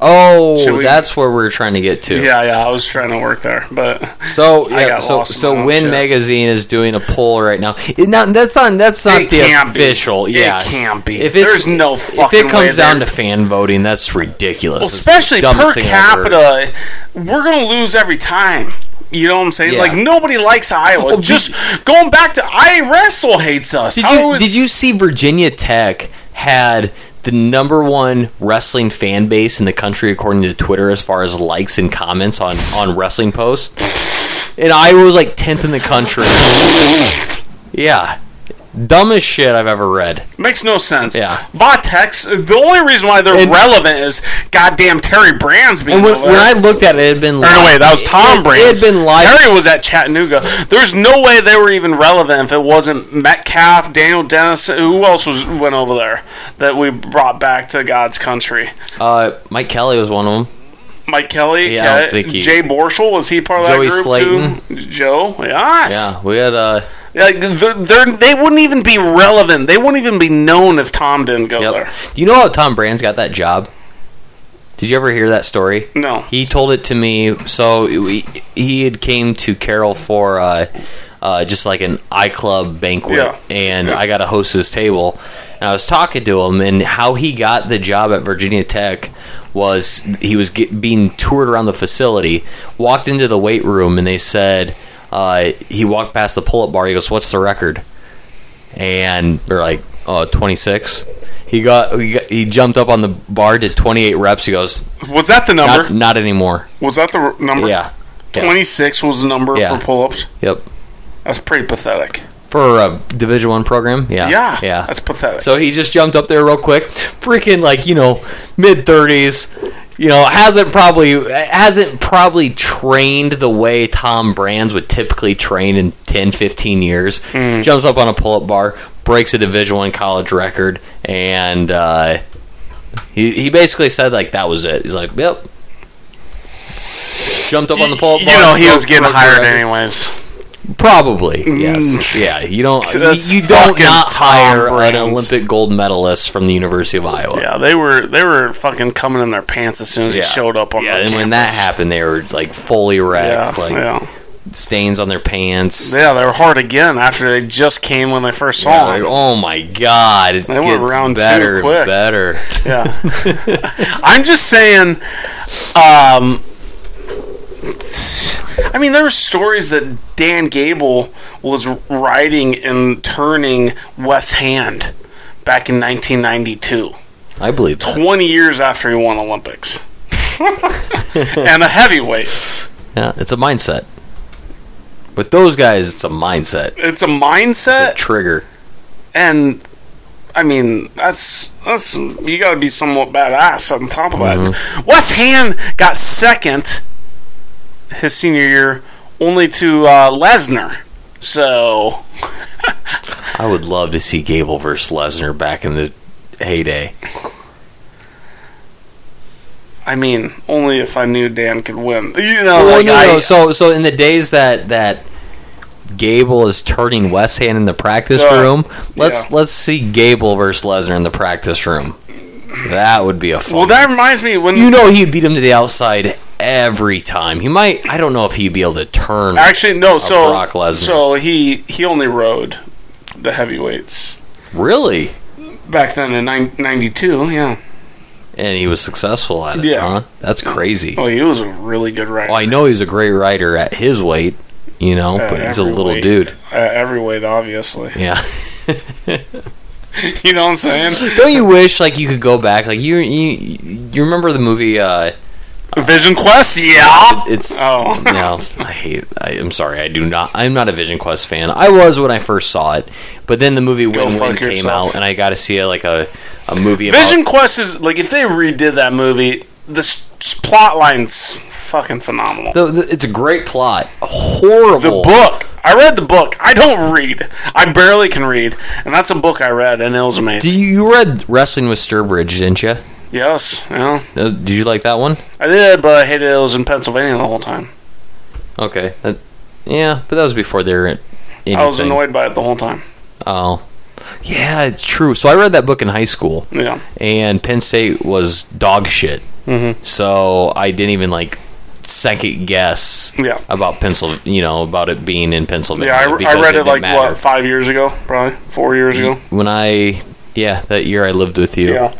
B: Should
C: Oh,
B: we-
C: that's where we're trying to get to.
B: Yeah, yeah, I was trying to work there,
C: <laughs>
B: but
C: So,
B: I
C: yeah,
B: got
C: so,
B: lost in my
C: so
B: own
C: Win
B: shit.
C: Magazine is doing a poll right now. It, not, that's not that's not
B: It
C: the
B: can't be.
C: official.
B: It
C: Yeah,
B: can't be.
C: If it's,
B: There's no
C: if
B: fucking
C: it comes
B: way
C: down
B: there-
C: to fan voting, that's ridiculous. It's the
B: especially per
C: dumbest thing I've ever-
B: capita, we're gonna lose every time. You know what I'm saying?
C: Yeah.
B: Like nobody likes Iowa.
C: Well, did-
B: Just going back to I wrestle hates us.
C: Did
B: How
C: you
B: is-
C: did you see Virginia Tech had the number one wrestling fan base in the country according to Twitter as far as likes and comments on on wrestling posts? And Iowa was like tenth in the country. Yeah. Dumbest shit I've ever read.
B: Makes no sense.
C: Yeah.
B: Votex. The only reason why they're
C: And-
B: relevant is goddamn Terry Brands being
C: And when,
B: over
C: when I
B: there.
C: looked at it, it had been.
B: Or no, wait, that was Tom
C: it,
B: Brands.
C: It had been live.
B: Terry was at Chattanooga. There's no way they were even relevant if it wasn't Metcalf, Daniel Dennis. Who else was went over there that we brought back to God's country?
C: Uh, Mike Kelly was one of them.
B: Mike Kelly,
C: Yeah, I don't
B: Ke-
C: think he-
B: Jay Borschel was he part of
C: Joey
B: that group
C: Slayton.
B: too? Joe, yes.
C: Yeah, we had. Uh,
B: Like they're, they're, they wouldn't even be relevant. They wouldn't even be known if Tom didn't go
C: yep. You know how Tom Brands got that job? Did you ever hear that story?
B: there. No.
C: He told it to me. So we, he had came to Carol for uh, uh, just like an iClub banquet,
B: Yeah.
C: and
B: Yeah.
C: I got to host his table. And I was talking to him, and how he got the job at Virginia Tech was he was get, being toured around the facility, walked into the weight room, and they said uh, he walked past the pull-up bar. He goes, "What's the record?" and they're like, "Oh, 26." He got, he got he jumped up on the bar, did 28 reps. He goes,
B: Was that the number?
C: "Not, not anymore."
B: Was that the r- number?
C: Yeah. Yeah.
B: 26 was the number
C: Yeah.
B: for pull ups.
C: Yep.
B: That's pretty pathetic.
C: For a Division One program. Yeah.
B: Yeah.
C: Uh, Yeah.
B: That's pathetic.
C: so he just jumped up there real quick, freaking like you know mid thirties. You know, hasn't probably hasn't probably trained the way Tom Brands would typically train in 10, 15 years.
B: Mm.
C: Jumps up on a pull-up bar, breaks a Division One college record, and uh, he he basically said like that was it. He's like, "Yep." Jumped up on the pull-up
B: you
C: bar.
B: know, he
C: broke-
B: was getting
C: Oh, broke the
B: hired
C: record.
B: anyways.
C: Probably yes, yeah. You don't
B: Mm. <laughs> That's
C: you, you don't
B: fucking
C: not
B: Tom
C: hire an
B: Brands.
C: Olympic gold medalist from the University of Iowa.
B: Yeah, they were they were fucking coming in their pants as soon as
C: Yeah.
B: it showed up on
C: Yeah,
B: their
C: and when that
B: campus.
C: happened, they were like fully
B: yeah,
C: wrecked, like
B: yeah.
C: stains on their pants.
B: Yeah, they were hard again after they just came when they first
C: Yeah,
B: saw
C: like,
B: them.
C: oh my god, it
B: They went
C: gets
B: round two
C: better, and
B: quick.
C: better.
B: Yeah. I'm just saying. Um, I mean, there were stories that Dan Gable was writing and turning West Hand back in 1992,
C: I believe. that.
B: 20 years after he won Olympics, and a heavyweight.
C: Yeah, it's a mindset. With those guys, it's a mindset.
B: It's a
C: A
B: mindset,
C: trigger.
B: and I mean, that's that's you got to be somewhat badass on top of that.
C: Mm-hmm.
B: West Ham got second his senior year, only to uh, Lesnar. So
C: I would love to see Gable versus Lesnar back in the heyday.
B: I mean, only if I knew Dan could win. You know,
C: Well,
B: Oh, like
C: no,
B: I,
C: no. So, so in the days that that Gable is turning West Hand in the practice
B: Yeah.
C: room, let's
B: Yeah.
C: let's see Gable versus Lesnar in the practice room. That would be a fun.
B: well, that reminds me when
C: you know he'd beat him to the outside every time. He might. I don't know if he'd be able to turn.
B: actually no, so
C: Brock Lesnar.
B: so he he only rode the heavyweights
C: really,
B: back then in nine- 92, Yeah,
C: and he was successful at it.
B: Yeah.
C: huh? that's crazy.
B: oh, he was a really good rider.
C: Well, I know he's a great writer at his weight, you know,
B: Uh,
C: but he's a
B: every
C: little
B: weight.
C: dude.
B: Uh, every weight, obviously.
C: Yeah. <laughs>
B: <laughs> You know what I'm saying?
C: Don't you wish like you could go back? Like you, you, you remember the movie? Uh,
B: Vision Quest, yeah.
C: it's <laughs>
B: Oh.
C: no, I hate. I, I'm sorry, I do not. I'm not a Vision Quest fan. I was when I first saw it, but then the movie
B: Go
C: Win Win
B: fuck
C: came
B: yourself.
C: out, and I got to see uh, like a a movie. about-
B: Vision Quest is like if they redid that movie, the s- s- plot line's fucking phenomenal.
C: the, the- it's a great plot. Horrible.
B: The book. I read the book. I don't read. I barely can read, and that's a book I read, and it was
C: Do
B: amazing.
C: you, you read Wrestling with Sturbridge, didn't you?
B: Yes, yeah,
C: Uh, Did you like that one?
B: I did, but I hated it. was in Pennsylvania the whole time.
C: Okay. that- yeah, but that was before they were.
B: I was
C: anything.
B: annoyed by it the whole time.
C: Oh. Yeah, it's true. So I read that book in high school,
B: Yeah,
C: and Penn State was dog shit. Mm-hmm. So I didn't even like second guess
B: Yeah.
C: about pencil, you know, about it being in Pennsylvania.
B: yeah. I,
C: because
B: I read it
C: didn't
B: like
C: matter. Mm-hmm.
B: what five years ago, probably four years ago.
C: when I yeah that year I lived with you.
B: Yeah.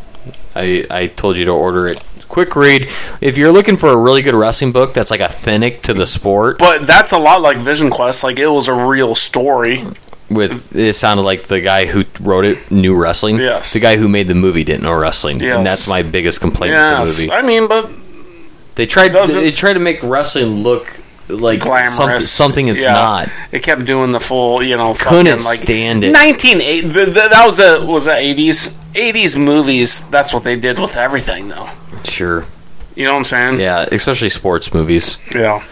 C: I I told you to order it. Quick read. If you're looking for a really good wrestling book that's like authentic to the sport,
B: But that's a lot like Vision Quest. Like it was a real story.
C: with it sounded like the guy who wrote it knew wrestling.
B: Yes.
C: The guy who made the movie didn't know wrestling,
B: Yes.
C: and that's my biggest complaint with the
B: Yes,
C: movie.
B: I mean, but
C: They tried.
B: Doesn't-
C: They tried to make wrestling look like
B: glamorous.
C: some- something it's
B: Yeah.
C: not.
B: It kept doing the full, you know,
C: Couldn't
B: fucking, like
C: stand it.
B: 1980. th- th- That was a was that 80s 80s movies. That's what they did with everything, though.
C: Sure.
B: You know what I'm saying?
C: Yeah, especially sports movies.
B: Yeah.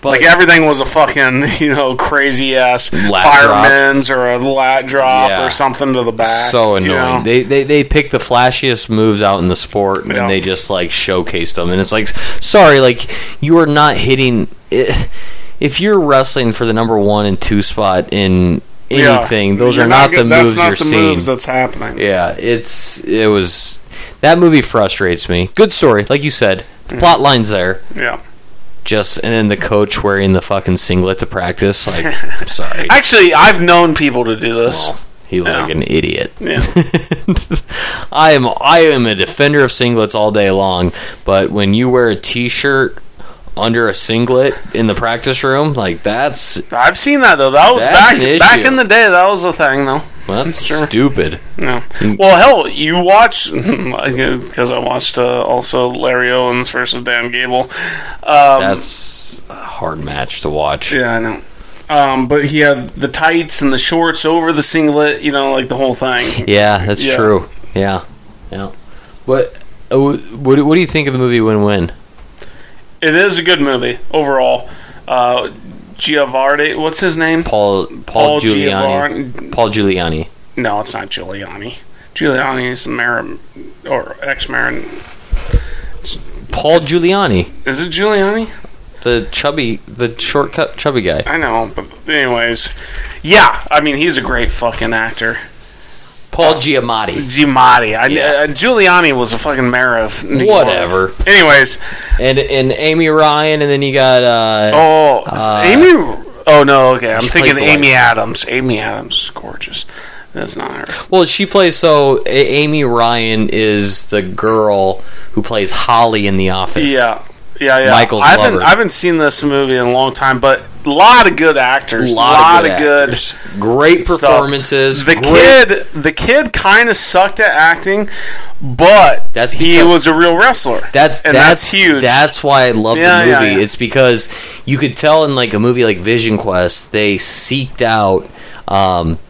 C: But
B: like everything was a fucking <laughs> you know crazy ass
C: Lat
B: fireman's or a lat drop
C: Yeah.
B: or something to the back.
C: so
B: you
C: annoying.
B: know?
C: They, they they pick the flashiest moves out in the sport and
B: Yeah.
C: they just like showcased them. And it's like, sorry, like you are not hitting. It. If you're wrestling for the number one and two spot in
B: Yeah.
C: anything, those
B: You're
C: are not,
B: good-
C: the moves
B: That's not
C: you're
B: the
C: seeing.
B: moves that's happening.
C: Yeah, it's it was that movie frustrates me. Good story, like you said.
B: Mm-hmm.
C: The plot lines there.
B: yeah.
C: just and then the coach wearing the fucking singlet to practice. Like, I'm
B: <laughs>
C: sorry,
B: Actually, I've known people to do this.
C: Well, he looked like
B: Yeah.
C: an idiot. <laughs>
B: yeah.
C: I am I am a defender of singlets all day long, but when you wear a t-shirt under a singlet in the practice room, like that's
B: I've seen that though. That was
C: That's an
B: back back
C: issue.
B: in the day. That was a thing though.
C: well, that's
B: <laughs> Sure.
C: stupid.
B: No.
C: Mm.
B: Well, hell, you watch <laughs> because I watched uh, also Larry Owens versus Dan Gable. Um,
C: That's a hard match to watch.
B: yeah, I know. Um, but he had the tights and the shorts over the singlet. You know, like the whole thing.
C: Yeah, that's
B: Yeah.
C: true. Yeah, yeah. But uh, wh- what do- what do you think of the movie Win Win?
B: It is a good movie overall. Uh, Giavardi, what's his name?
C: Paul Paul, Giuliani.
B: Giavardi-
C: Paul Giuliani.
B: No, it's not Giuliani. Giuliani is the mayor or ex-mayor.
C: Paul Giuliani.
B: Is it Giuliani?
C: the chubby, the shortcut chubby guy.
B: I know, but anyways, yeah. I mean, he's a great fucking actor.
C: Paul Giamatti.
B: Giamatti. I,
C: Yeah.
B: uh, Giuliani was a fucking mayor of New York.
C: Whatever.
B: Anyways,
C: And and Amy Ryan, and then you got uh,
B: oh, is
C: Uh,
B: Amy. Oh no, okay. I'm
C: she
B: thinking
C: plays the
B: Amy Adams. Amy Adams, is gorgeous. That's not her.
C: well, she plays so A- Amy Ryan is the girl who plays Holly in The Office.
B: Yeah, yeah, yeah.
C: Michael's
B: I haven't,
C: lover.
B: I haven't seen this movie in a long time, but a lot of good actors. A lot, of good.
C: actors. great
B: stuff.
C: performances.
B: The
C: great-
B: kid, the kid, kind of sucked at acting, but
C: That's
B: he
C: because-
B: was a real wrestler.
C: That's
B: and
C: that's,
B: that's, huge.
C: That's why I love
B: Yeah,
C: the
B: yeah,
C: movie.
B: yeah.
C: It's because you could tell in like a movie like Vision Quest, they seeked out um,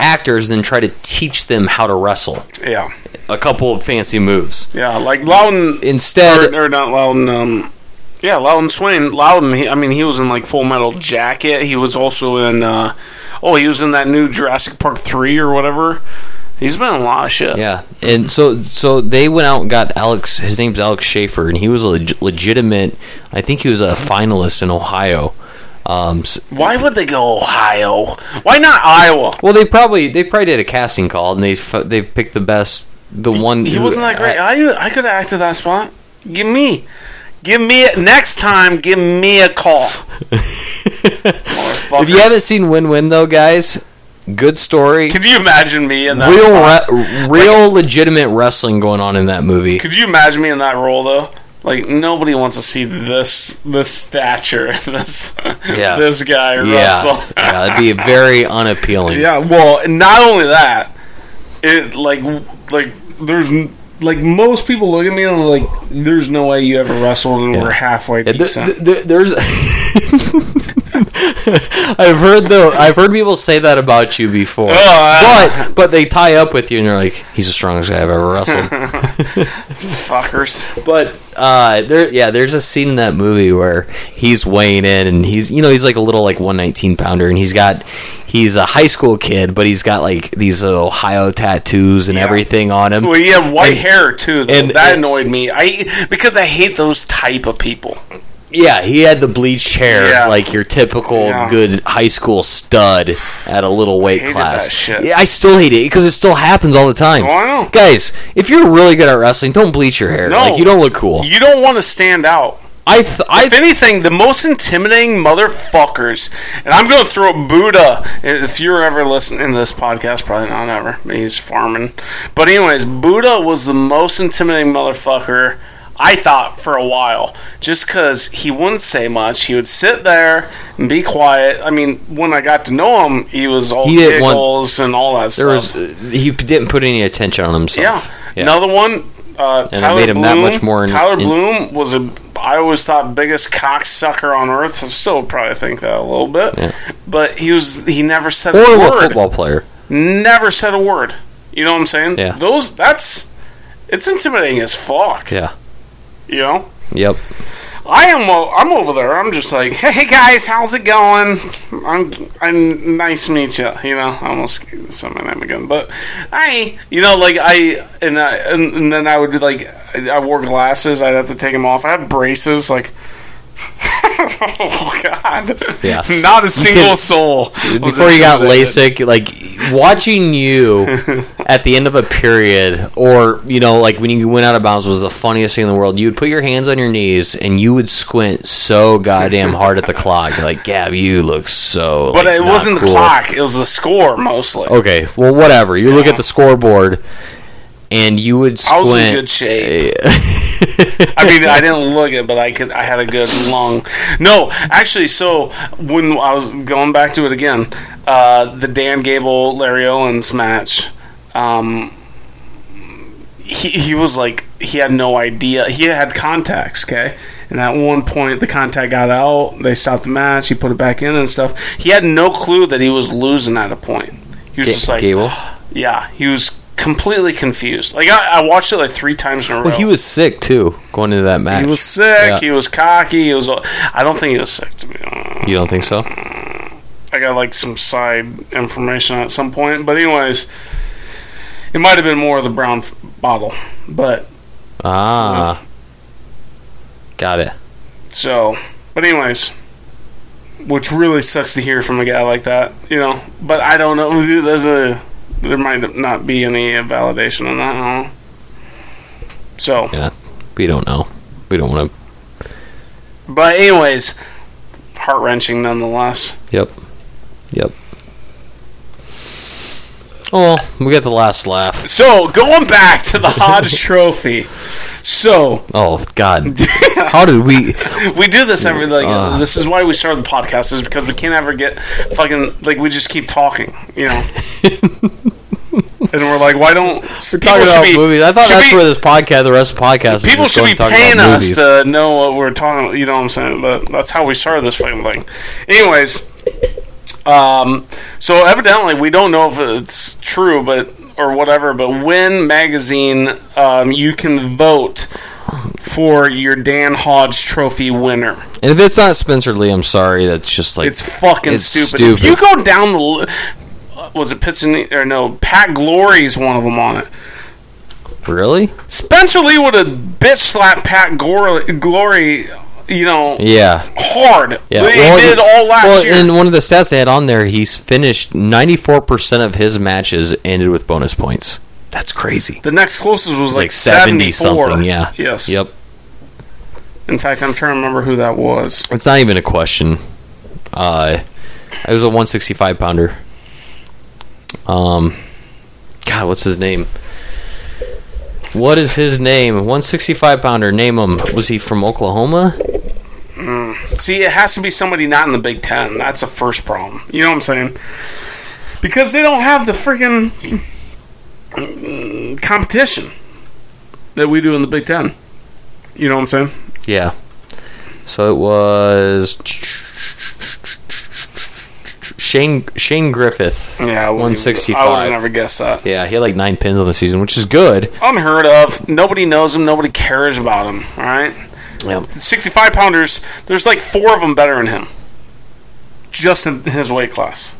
C: actors and then try to teach them how to wrestle
B: yeah,
C: a couple of fancy moves.
B: yeah. Like Loudon
C: Instead,
B: or, or not Loudon. Um, yeah, Loudon Swain. Loudon. He, I mean, he was in like Full Metal Jacket. He was also in. Uh, oh, he was in that new Jurassic Park three or whatever. He's been in a lot of shit.
C: yeah, and so so they went out and got Alex. His name's Alex Schaefer, and he was a leg- legitimate. I think he was a finalist in Ohio. Um, s-
B: Why would they go Ohio? Why not Iowa?
C: well, they probably they probably did a casting call, and they f- they picked the best. The one
B: He
C: who-
B: wasn't that great. I I could have acted that spot. Give me, give me next time. Give me a
C: <laughs>
B: call.
C: If you haven't seen Win Win though, guys, good story.
B: could you imagine me in that?
C: Real, re- real, legitimate wrestling going on in that movie.
B: Could you imagine me in that role though? Like nobody wants to see this this stature, this
C: Yeah.
B: <laughs> this guy
C: Yeah,
B: wrestle.
C: yeah, it'd be very unappealing.
B: <laughs> Yeah, well, and not only that, it like like there's n- like most people look at me and like there's no way you ever wrestled and we're halfway
C: Yeah, th-
B: decent.
C: th- th- there's. <laughs> I've heard though. I've heard people say that about you before,
B: Oh, I-
C: but but they tie up with you and you're like, he's the strongest guy I've ever
B: <laughs>
C: wrestled.
B: Fuckers.
C: but uh, there, yeah, there's a scene in that movie where he's weighing in and he's you know he's like a little like 119 pounder and he's got he's a high school kid but he's got like these Ohio tattoos and
B: Yeah.
C: everything on him.
B: Well, he had white
C: And-
B: hair too. Though.
C: and-
B: that
C: and-
B: annoyed me. I because I hate those type of people.
C: Yeah, he had the bleached hair,
B: Yeah.
C: like your typical
B: Yeah.
C: good high school stud at a little weight
B: Hated
C: class.
B: that shit.
C: Yeah, I still hate it because it still happens all the time.
B: Oh, I know.
C: Guys, if you're really good at wrestling, don't bleach your hair.
B: No.
C: Like you don't look cool.
B: You don't want to stand out.
C: I th- I
B: If anything, the most intimidating motherfuckers, and I'm going to throw Buddha. If you're ever listening to this podcast, probably not ever. He's farming, but anyways, Buddha was the most intimidating motherfucker I thought for a while, just because he wouldn't say much. He would sit there and be quiet. I mean, when I got to know him, he was all
C: He didn't want-
B: giggles and all that
C: there
B: stuff.
C: was he didn't put any attention on himself.
B: Yeah. Another one. Uh,
C: it
B: Tyler
C: made him
B: Bloom,
C: that much more in-
B: Tyler
C: in-
B: Bloom was a. I always thought biggest cocksucker on earth. I still probably think that a little bit. But he was. He never said a
C: Horrible
B: word.
C: football player.
B: Never said a word. You know what I'm saying?
C: Yeah.
B: Those. That's. It's intimidating as fuck.
C: Yeah.
B: You know.
C: Yep.
B: I am. o- I'm over there. I'm just like, hey guys, how's it going? I'm. I'm nice to meet you. You know, I almost said my name again, but hi. You know, like I and I and, and then I would be like, I wore glasses. I'd have to take them off. I had braces. Like, <laughs> oh god,
C: Yeah.
B: not a single
C: can-
B: soul. was
C: before you got
B: intimidated.
C: LASIK, like watching
B: <laughs>
C: you at the end of a period, or you know, like when you went out of bounds was the funniest thing in the world. You would put your hands on your knees and you would squint so goddamn hard
B: <laughs>
C: at the clock. You're like, Gab, you look so.
B: But
C: like,
B: it
C: not
B: wasn't the
C: cool."
B: clock. It was the score mostly.
C: Okay, well, whatever. You look at the scoreboard, and you would
B: I
C: squint.
B: was in
C: <laughs>
B: good shape. I mean, I didn't look it, but I could. I had a good long. No, actually, so when I was going back to it again, uh, the Dan Gable Larry Owens match, um, he he was like he had no idea. He had contacts, okay. And at one point, the contact got out. They stopped the match. He put it back in and stuff. He had no clue that he was losing at a point. He was
C: Ga-
B: just like,
C: Gable?
B: yeah, he was completely confused. Like I, I watched it like three times in a row.
C: Well, he was sick too going into that match.
B: He was sick. He was cocky. He was. I don't think he was sick. To be honest,
C: you don't think so?
B: I got like some side information at some point. But anyways, it might have been more of the brown f- bottle. But
C: Ah, got it.
B: So, but anyways, which really sucks to hear from a guy like that, you know. But I don't know. <laughs> There's a there might not be any uh, validation on that. I don't know. So,
C: Yeah, we don't know. We don't want to.
B: but anyways, heart wrenching nonetheless.
C: Yep. Yep. Oh, well, we got the last laugh.
B: So going back to
C: <laughs>
B: the Hodge Trophy. So
C: Oh
B: <laughs>
C: God! How did we?
B: we do this every like
C: Ugh.
B: this is why we started the podcast is because we can't ever get fucking like we just keep talking,
C: <laughs>
B: you know. and we're like, why don't people
C: Talking
B: should
C: about
B: be-
C: movies. I thought
B: should
C: that's
B: be-
C: where this podcast, the rest of the podcast, was
B: people
C: just
B: should
C: going
B: be
C: to talk
B: paying
C: about
B: us
C: movies.
B: to know what we're talking. You know what I'm saying? But that's how we started this fucking thing. Anyways, um, so evidently we don't know if it's true, but or whatever. But when magazine, um, you can vote for your Dan Hodge Trophy winner.
C: And if it's not Spencer Lee, I'm sorry. That's just like
B: It's fucking
C: It's
B: stupid. If
C: stupid.
B: you go down the, li- was it Pitts and or no Pat Glory's one of them on it.
C: really.
B: Spencer Lee would have bitch slapped Pat Gor- Glory. You know,
C: Yeah,
B: hard.
C: yeah.
B: They
C: Well,
B: did it all last
C: well,
B: year.
C: And one of the stats they had on there, he's finished 94 percent of his matches ended with bonus points. That's crazy.
B: the next closest was like,
C: Like 70
B: 74.
C: something. Yeah.
B: Yes.
C: Yep.
B: In fact, I'm trying to remember who that was.
C: It's not even a question. Uh, it was a 165 pounder. Um, God, what's his name? What is his name? 165 pounder. Name him. Was he from Oklahoma?
B: See, it has to be somebody not in the Big Ten. That's the first problem. You know what I'm saying? Because they don't have the freaking mm, competition that we do in the Big Ten. You know what I'm saying?
C: Yeah. So it was Shane Shane Griffith.
B: Yeah, I wouldn't-
C: 165.
B: I would have never guessed that.
C: Yeah, he had like nine pins on the season, which is good.
B: Unheard of. Nobody knows him. Nobody cares about him. All right.
C: Yeah.
B: 65 pounders, there's like four of them better than him. Just in his weight class.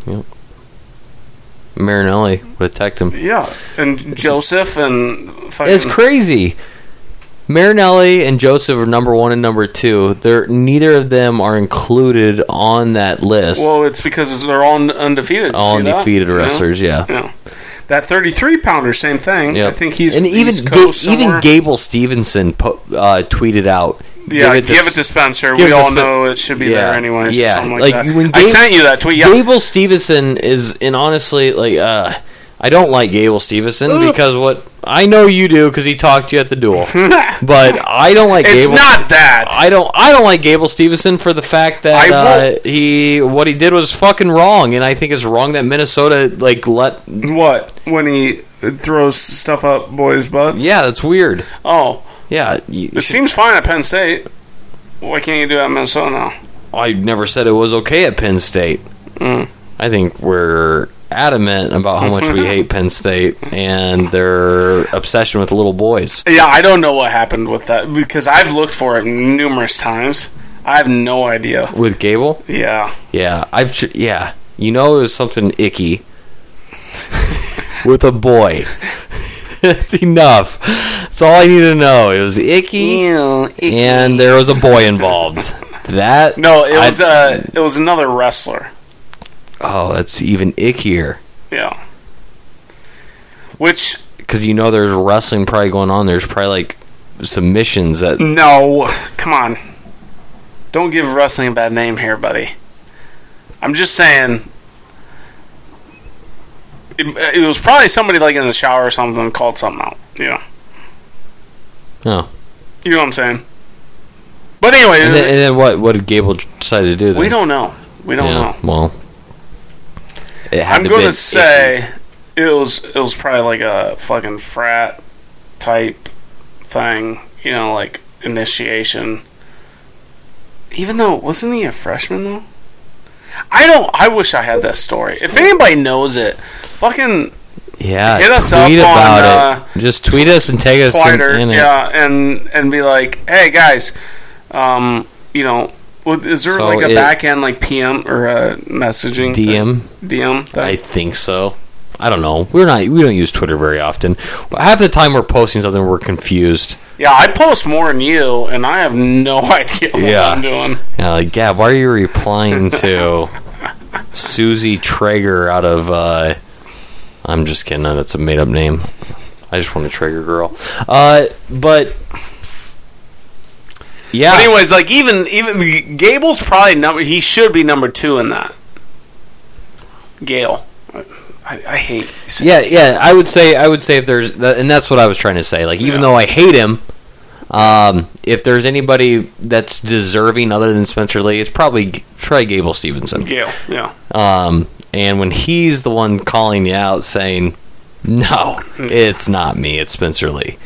C: Marinelli would attack him.
B: Yeah. And Joseph and fucking.
C: It's crazy. Marinelli and Joseph are number one and number two. They're neither of them are included on that list.
B: well, it's because they're all undefeated. You
C: all
B: see that?
C: undefeated
B: You know?
C: wrestlers, yeah.
B: Yeah. That 33 pounder, same thing.
C: Yep.
B: I think he's.
C: and even
B: East
C: Ga-
B: Coast somewhere.
C: even Gable Stevenson po- uh, tweeted out.
B: Yeah, give it, to, Spencer.
C: give
B: We
C: it to
B: all
C: Spen-
B: know it should be there anyways. Yeah.
C: yeah.
B: Something like, that.
C: When
B: I
C: Gable-
B: sent you that tweet. Yeah.
C: Gable Stevenson is, and honestly, like, uh, I don't like Gable Stevenson because what I know you do because he talked to you at the
B: <laughs>
C: duel, but I don't like
B: it's
C: Gable.
B: not that.
C: I don't. I don't like Gable Stevenson for the fact that
B: I
C: uh,
B: won't-
C: he what he did was fucking wrong, and I think it's wrong that Minnesota like let.
B: What? When he throws stuff up boys' butts?
C: Yeah, that's weird.
B: Oh.
C: Yeah, you
B: It
C: should-
B: seems fine at Penn State. Why can't you do it at Minnesota now?
C: I never said it was okay at Penn State. I think we're adamant about how much
B: <laughs>
C: we hate Penn State and their obsession with little boys.
B: Yeah, I don't know what happened with that because I've looked for it numerous times. I have no idea.
C: with Gable.
B: Yeah.
C: Yeah, I've tr- yeah. You know, it was something icky <laughs> with a boy. <laughs> That's enough. That's all I need to know. It was icky, and there was a boy involved. That
B: No, it was
C: I-
B: uh it was another wrestler.
C: oh, that's even ickier
B: Yeah. Which
C: because you know there's wrestling probably going on. There's probably like submissions that
B: Mm. no, come on. Don't give wrestling a bad name here, buddy. I'm just saying it, it was probably somebody like in the shower or something called something out, you know.
C: oh.
B: You know what I'm saying? But anyway,
C: And then, and then what? What did Gable decide to do? Then?
B: we don't know. We don't know.
C: Well, it had
B: I'm
C: to
B: going
C: been icky.
B: to say it was it was probably like a fucking frat type thing, you know, like initiation. Even though wasn't he a freshman though? I don't. I wish I had that story.
C: Oh.
B: If anybody knows it, fucking
C: Yeah,
B: Hit us
C: tweet
B: up on, uh,
C: about it. Just tweet us and tag us in,
B: Twitter,
C: in it.
B: yeah, and and be like, hey guys, um, you know, what- is there
C: So
B: like a
C: it-
B: back end like PM or a messaging
C: DM,
B: thing? DM thing?
C: I think so. I don't know. We're not. We don't use Twitter very often. Half the time we're posting something, we're confused.
B: Yeah, I post more than you, and I have no <laughs> idea what
C: Yeah.
B: I'm doing.
C: Yeah, like, Gab, why are you replying to Susie Traeger out of? Uh, I'm just kidding. No, That's a made up name. I just want a Traeger girl. Uh, but yeah,
B: But anyways, like even even Gable's probably number. He should be number two in that. Gale, I, I hate. saying-
C: yeah, yeah. I would say, I would say if there's, that, and that's what I was trying to say. Like, even
B: Yeah.
C: though I hate him, um, if there's anybody that's deserving other than Spencer Lee, it's probably G- try Gable Stevenson.
B: Gale, yeah,
C: Um, and when he's the one calling you out, saying, "No, it's not me. It's Spencer Lee."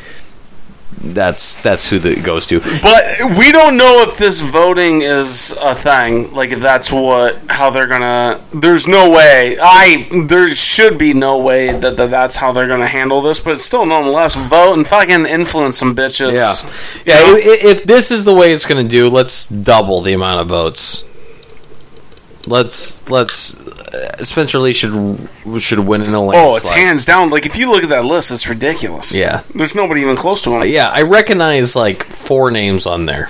C: That's that's who the, it goes to.
B: but we don't know if this voting is a thing. Like if that's what how they're gonna. There's no way. I there should be no way that, that that's how they're gonna handle this. But still, nonetheless, vote and fucking influence some bitches.
C: Yeah,
B: You
C: yeah. i
B: know?
C: i- if this is the way it's going to do, let's double the amount of votes. Let's let's uh, Spencer Lee should should win in a landslide.
B: Oh, it's hands down. Like if you look at that list, it's ridiculous.
C: Yeah.
B: there's nobody even close to him.
C: Yeah, I recognize like four names on there.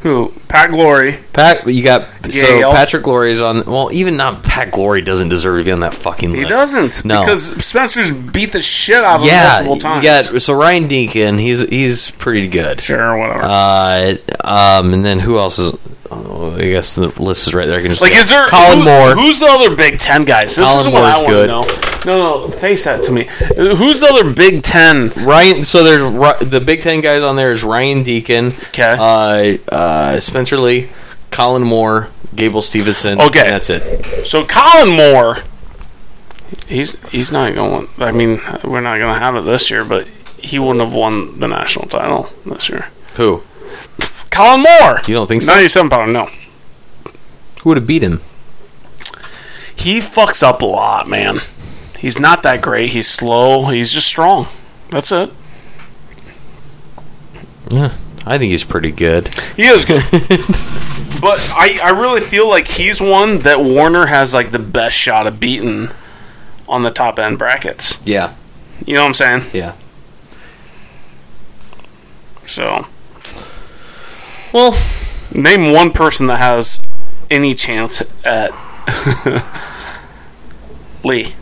B: Who? Pat Glory.
C: Pat, you got
B: Yale.
C: so Patrick Glory's on. Well, even not Pat Glory doesn't deserve to be on that fucking list.
B: He doesn't.
C: No.
B: Because Spencer's beat the shit out of
C: yeah,
B: him multiple times.
C: you got so Ryan Deacon. He's he's pretty good.
B: Sure, whatever.
C: Uh, um, and then who else is? Oh, I guess the list is right there. I can just
B: like, is there.
C: Colin
B: who-
C: Moore?
B: Who's the other Big Ten guys? This
C: Colin
B: is what I
C: Moore's
B: want to
C: good.
B: know. No, no, face that to me. Who's the other Big Ten?
C: Ryan, so there's Ri- the Big Ten guys on there is Ryan Deacon,
B: 'Kay.
C: uh, uh, Spencer Lee, Colin Moore, Gable Stevenson.
B: Okay.
C: and that's it.
B: So Colin Moore. He's he's not going. I mean, we're not going to have it this year, but he wouldn't have won the national title this year.
C: Who?
B: Colin Moore.
C: You don't think so?
B: 97 pound, no.
C: Who would have beat him?
B: He fucks up a lot, man. He's not that great. He's slow. He's just strong. That's it.
C: Yeah, I think he's pretty good.
B: He
C: <laughs>
B: is good. but I, I really feel like he's one that Warner has like the best shot of beating on the top end brackets.
C: Yeah,
B: You know what I'm saying?
C: yeah.
B: So
C: Well,
B: name one person that has any chance at <laughs> Lee.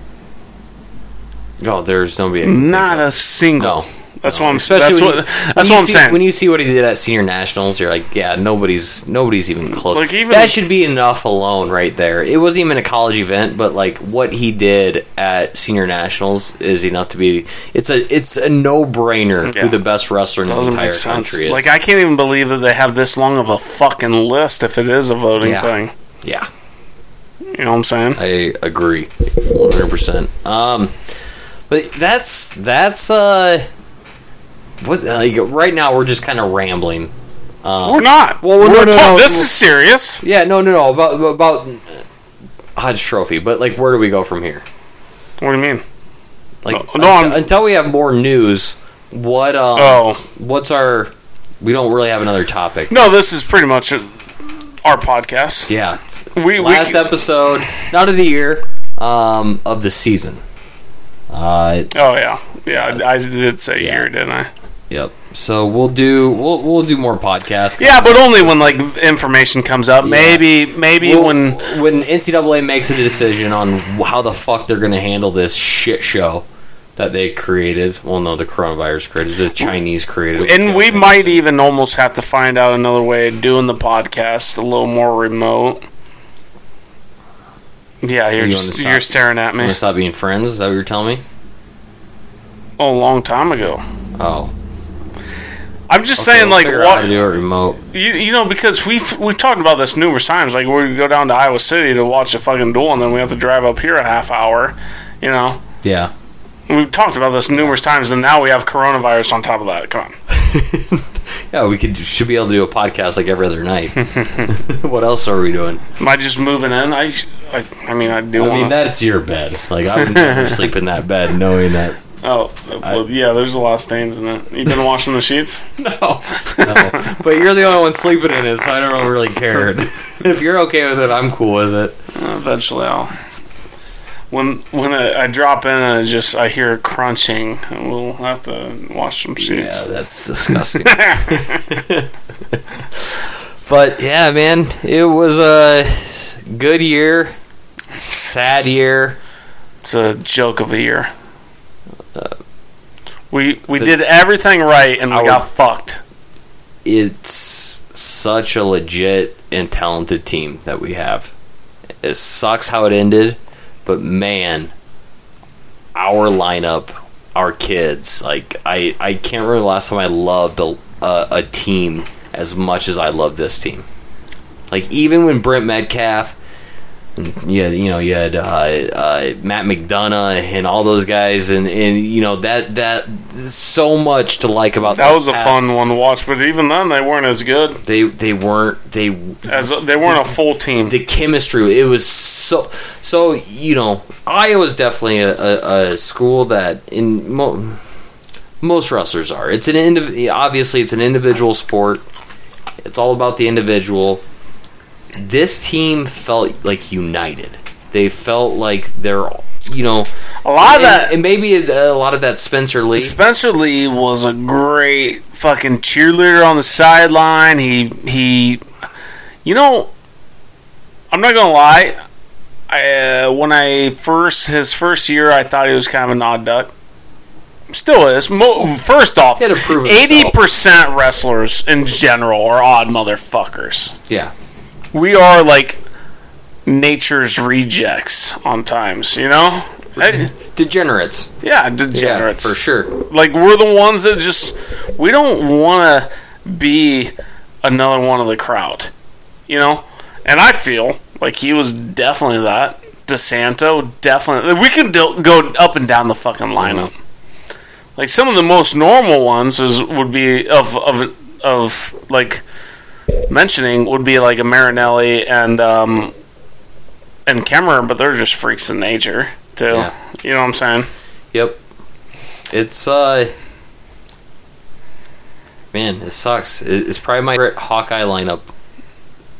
C: no, Oh, there's nobody. I can think
B: Not
C: of.
B: a single.
C: No.
B: That's what I'm.
C: Especially
B: That's
C: when
B: what.
C: you- when
B: that's
C: you
B: what I'm
C: see-
B: saying.
C: When you see what he did at senior nationals, you're like, yeah, nobody's nobody's even close.
B: Like, even-
C: that should be enough alone, right there. It wasn't even a college event, but like what he did at senior nationals is enough to be. It's a it's a no brainer
B: Yeah.
C: who the best wrestler in the
B: Doesn't
C: entire
B: make sense.
C: country is.
B: Like I can't even believe that they have this long of a fucking list if it is a voting
C: Yeah.
B: thing.
C: yeah,
B: You know what I'm saying?
C: I agree, one hundred percent. Um, but that's that's uh, what like right now we're just kind of rambling.
B: we're not.
C: Uh. Well, we're- no, no,
B: ta-
C: no,
B: this
C: we're-
B: is serious.
C: Yeah, no, no, no. About about Hodge Trophy, but like, where do we go from here?
B: What do you mean?
C: Like,
B: Uh, no,
C: until,
B: I'm-
C: until we have more news, what? Um,
B: Oh
C: what's our? We don't really have another topic.
B: no, this is pretty much our podcast.
C: Yeah,
B: We- we
C: last
B: c-
C: episode, not of the year, um, of the season. Uh,
B: Oh yeah, yeah. I, I did say year, didn't I?
C: yep. So we'll do we'll we'll do more podcasts.
B: Yeah, but only when like information comes up. Maybe, maybe
C: We'll-
B: when
C: when NCAA makes a decision on how the fuck they're going to handle this shit show that they created. Well, no, the coronavirus created, the Chinese created,
B: and we might even almost have to find out another way of doing the podcast a little more remote. Yeah, you're
C: You
B: just
C: wanna
B: you're
C: stop?
B: staring at
C: I'm
B: me.
C: gonna stop being friends. Is that what you're telling me?
B: Oh, a long time ago.
C: Oh,
B: I'm just
C: Okay,
B: saying,
C: we'll
B: like,
C: figure out how
B: what
C: to do it remote.
B: you, you know, because we've we've talked about this numerous times. Like, we go down to Iowa City to watch a fucking duel, and then we have to drive up here a half hour. You know,
C: Yeah,
B: we've talked about this numerous times, and now we have coronavirus on top of that. Come on.
C: yeah, we could should be able to do a podcast like every other <laughs> night. what else are we doing?
B: Am I just moving in? I, I, I mean, I do.
C: I
B: wanna-
C: mean, that's your bed. Like I would <laughs> never sleep in that bed knowing that.
B: Oh, well, yeah. There's a lot of stains in it. You've been washing the sheets.
C: <laughs> <laughs> No, no. But you're the only one sleeping in it, so I don't <laughs> really care. if you're okay with it, I'm cool with it.
B: Eventually, I'll. when when I, I drop in and I just I hear crunching, we'll have to wash some sheets.
C: Yeah, that's disgusting. <laughs> but yeah, man, it was a good year, sad year.
B: It's a joke of a year. we we did everything right and we
C: Uh, I
B: got
C: would-
B: fucked.
C: It's such a legit and talented team that we have. It sucks how it ended, but man, our lineup, our kids, like I, I can't remember the last time I loved a, a, a team as much as I love this team. Like even when Brent Metcalf, yeah, you know, you had uh, uh, Matt McDonough and all those guys, and, and you know that that so much to like about
B: That
C: those
B: was a
C: past-
B: fun one to watch, but even then they weren't as good
C: They they weren't they
B: as they weren't a full team.
C: the chemistry it was so so you know iowa's definitely a, a, a school that in mo- most wrestlers are it's an indiv- obviously it's an individual sport it's all about the individual this team felt like united they felt like they're you know
B: A lot of
C: and,
B: that
C: and maybe it's a lot of that spencer lee
B: Spencer Lee was a great fucking cheerleader on the sideline. He he, you know, I'm not gonna lie. I, uh, when I first his first year, I thought he was kind of an odd duck. Still is. Mo- first off,
C: He had to prove himself.
B: eighty percent wrestlers in general are odd motherfuckers.
C: yeah
B: We are like nature's rejects on times. You know. I-
C: degenerates
B: yeah,
C: yeah
B: degenerates
C: for sure
B: like we're the ones that just we don't want to be another one of the crowd, you know. And I feel like he was definitely that. DeSanto definitely. We can do, go up and down the fucking lineup. Like some of the most normal ones is would be of of of like mentioning would be like a Marinelli and um and Kemmerer, but they're just freaks of nature too.
C: Yeah.
B: You know what I'm saying?
C: Yep. It's uh Man, it sucks. It- It's probably my favorite Hawkeye lineup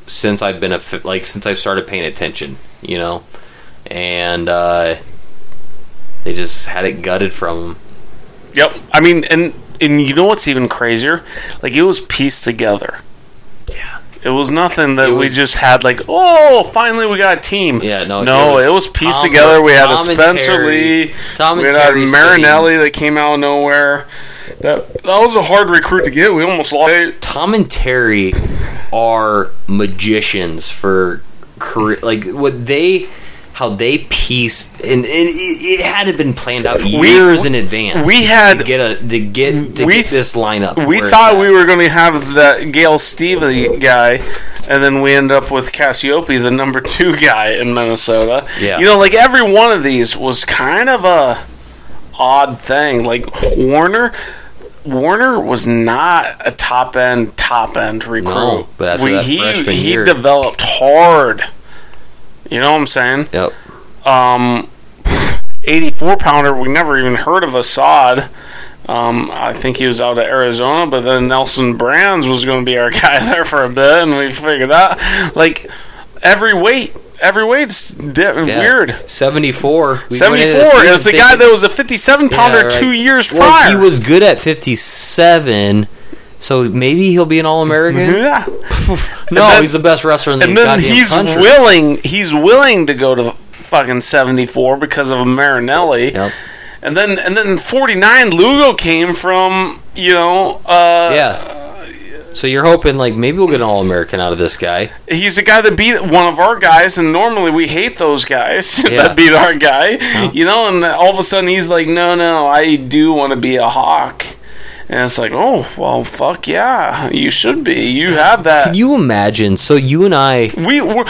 C: since I've been a fi- like since I've started paying attention, you know. And uh they just had it gutted from 'em.
B: Yep. I mean, and and you know what's even crazier? Like it was pieced together.
C: Yeah.
B: It was nothing that
C: It
B: we
C: was-
B: just had like, oh, finally we got a team.
C: Yeah, no,
B: no,
C: it was
B: it was, pieced
C: Tom-
B: together. We had a
C: Tom and
B: Spencer
C: Terry.
B: Lee,
C: Tom
B: we
C: and
B: had a
C: Terry's
B: Marinelli that came out of nowhere. That that was a hard recruit to get. We almost lost. it.
C: Tom and Terry are magicians for career like what they how they pieced and, and it, it had been planned out years in advance.
B: we had-
C: to get a to get to
B: we
C: get this lineup.
B: We
C: where it's
B: thought
C: at.
B: we were going to have the Gail Stevie guy, and then we end up with Cassiope, the number two <laughs> guy in Minnesota.
C: Yeah.
B: You know, like every one of these was kind of a odd thing. Like Warner. Warner was not a top end, top end recruit.
C: No, but after that
B: he
C: freshman
B: he
C: year-
B: developed hard. You know what I'm saying?
C: Yep.
B: um, 84 pounder. We never even heard of Assad. Um, I think he was out of Arizona, but then Nelson Brands was going to be our <laughs> guy there for a bit, and we figured out like every weight, every weight's di-
C: Yeah.
B: weird.
C: 74. we went
B: 74.
C: into the season
B: It's a guy
C: thinking-
B: that was a 57 pounder
C: Yeah, right.
B: two years
C: Well,
B: prior.
C: he was good at 57, so maybe he'll be an All American. <laughs>
B: <laughs> yeah,
C: no,
B: Mm-hmm. then-
C: he's the best wrestler in the
B: and then
C: goddamn
B: he's
C: country.
B: willing. He's willing to go to fucking 74 because of a Marinelli.
C: Yep.
B: And then and then 49 Lugo came from, you know, uh
C: Yeah. So you're hoping like maybe we'll get an All American out of this guy.
B: he's the guy that beat one of our guys and normally we hate those guys <laughs>
C: Yeah. Uh-huh.
B: that beat our guy. You know, and then all of a sudden he's like, "No, no, I do want to be a hawk." And it's like, "Oh, well, fuck yeah. You should be. You have that."
C: Can you imagine? So you and I,
B: we we're,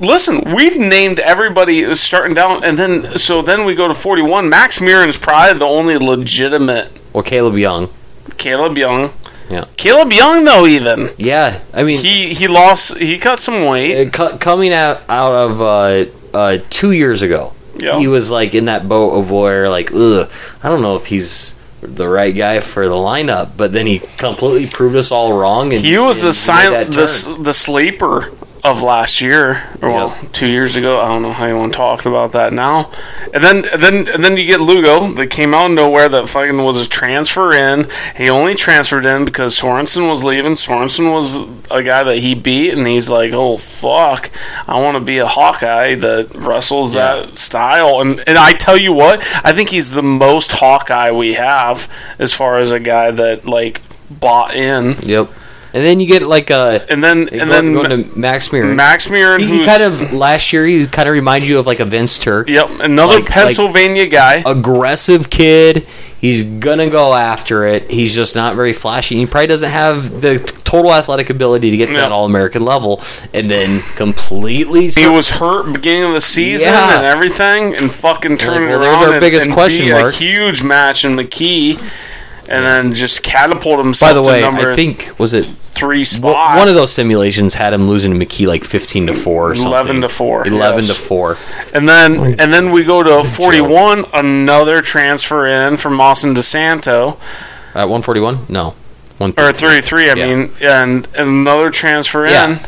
B: listen. We've named everybody starting down, and then so then we go to forty-one. Max Mirren's probably the only legitimate
C: well, Caleb Young.
B: Caleb Young.
C: Yeah.
B: Caleb Young, though, even
C: Yeah, I mean,
B: he he lost he cut some weight.
C: uh, co- coming out out of uh, uh, two years ago,
B: Yeah.
C: he was like in that boat of where like, ugh, I don't know if he's the right guy for the lineup, but then he completely proved us all wrong. And
B: He was
C: and made that
B: the silent the
C: turn.
B: s- the sleeper of last year, or well, two years ago. I don't know how anyone talked about that now. And then, and then, and then you get Lugo that came out of nowhere. That fucking was a transfer in. He only transferred in because Sorensen was leaving. Sorensen was a guy that he beat, and he's like, "Oh fuck, I want to be a Hawkeye that wrestles that style." And and I tell you what, I think he's the most Hawkeye we have as far as a guy that like bought in.
C: Yep. And then you get like a
B: And then, and then
C: going to Max Mirren.
B: Max Mirren,
C: he, he
B: who's
C: kind of last year he kind of remind you of like a Vince Turk,
B: yep, another
C: like-
B: Pennsylvania guy.
C: aggressive kid. He's gonna go after it. He's just not very flashy. He probably doesn't have the total athletic ability to get to
B: Yeah.
C: that All American level, and then completely.
B: He was hurt beginning of the season
C: Yeah.
B: and everything, and fucking turned
C: well,
B: it
C: there's
B: around.
C: our
B: and-
C: biggest
B: and
C: question
B: beat a
C: mark.
B: huge match in McKee, and then just catapulted himself.
C: By the way,
B: to number
C: I think was it
B: three
C: Well,
B: spot.
C: one of those simulations had him losing to McKee like fifteen to four or something.
B: 11 to four,
C: Eleven
B: yes.
C: to four.
B: And then and then we go to 41, another transfer in from Austin DeSanto
C: At one forty one? No. One
B: or 33, I
C: Yeah.
B: mean, and, and another transfer
C: Yeah.
B: in.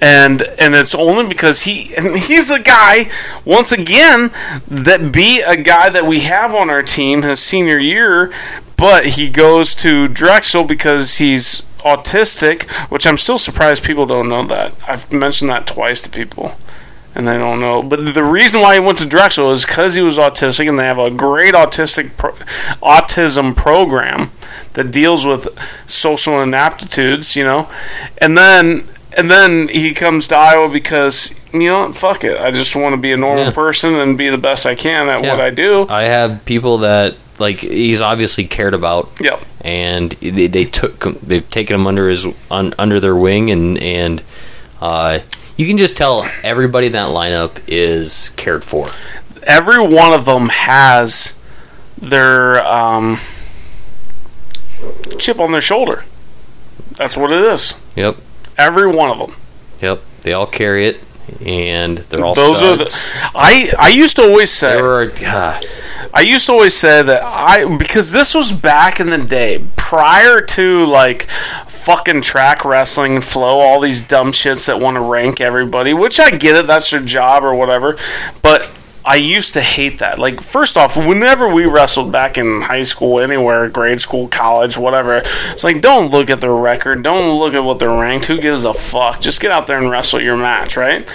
B: And and it's only because he <laughs> and he's the guy once again that beat a guy that we have on our team his senior year, but he goes to Drexel because he's autistic, which I'm still surprised people don't know that. I've mentioned that twice to people. and I don't know. But the reason why he went to Drexel is because he was autistic, and they have a great autistic pro- autism program that deals with social inaptitudes, you know. And then and then he comes to Iowa because you know what, fuck it, I just want to be a normal
C: Yeah.
B: person and be the best I can at
C: Yeah.
B: what I do.
C: I have people that like he's obviously cared about.
B: Yep.
C: And they, they took they've taken him under his un, under their wing and and uh, you can just tell everybody in that lineup is cared for.
B: every one of them has their um, chip on their shoulder. That's what it is.
C: Yep.
B: Every one of them.
C: Yep. They all carry it and they're all
B: Those are
C: studs.
B: the. I I used to always say.
C: they were ah,
B: I used to always say that I because this was back in the day prior to like fucking track wrestling flow all these dumb shits that want to rank everybody which I get it that's their job or whatever but I used to hate that like first off whenever we wrestled back in high school anywhere grade school college whatever it's like don't look at their record don't look at what they're ranked who gives a fuck just get out there and wrestle your match right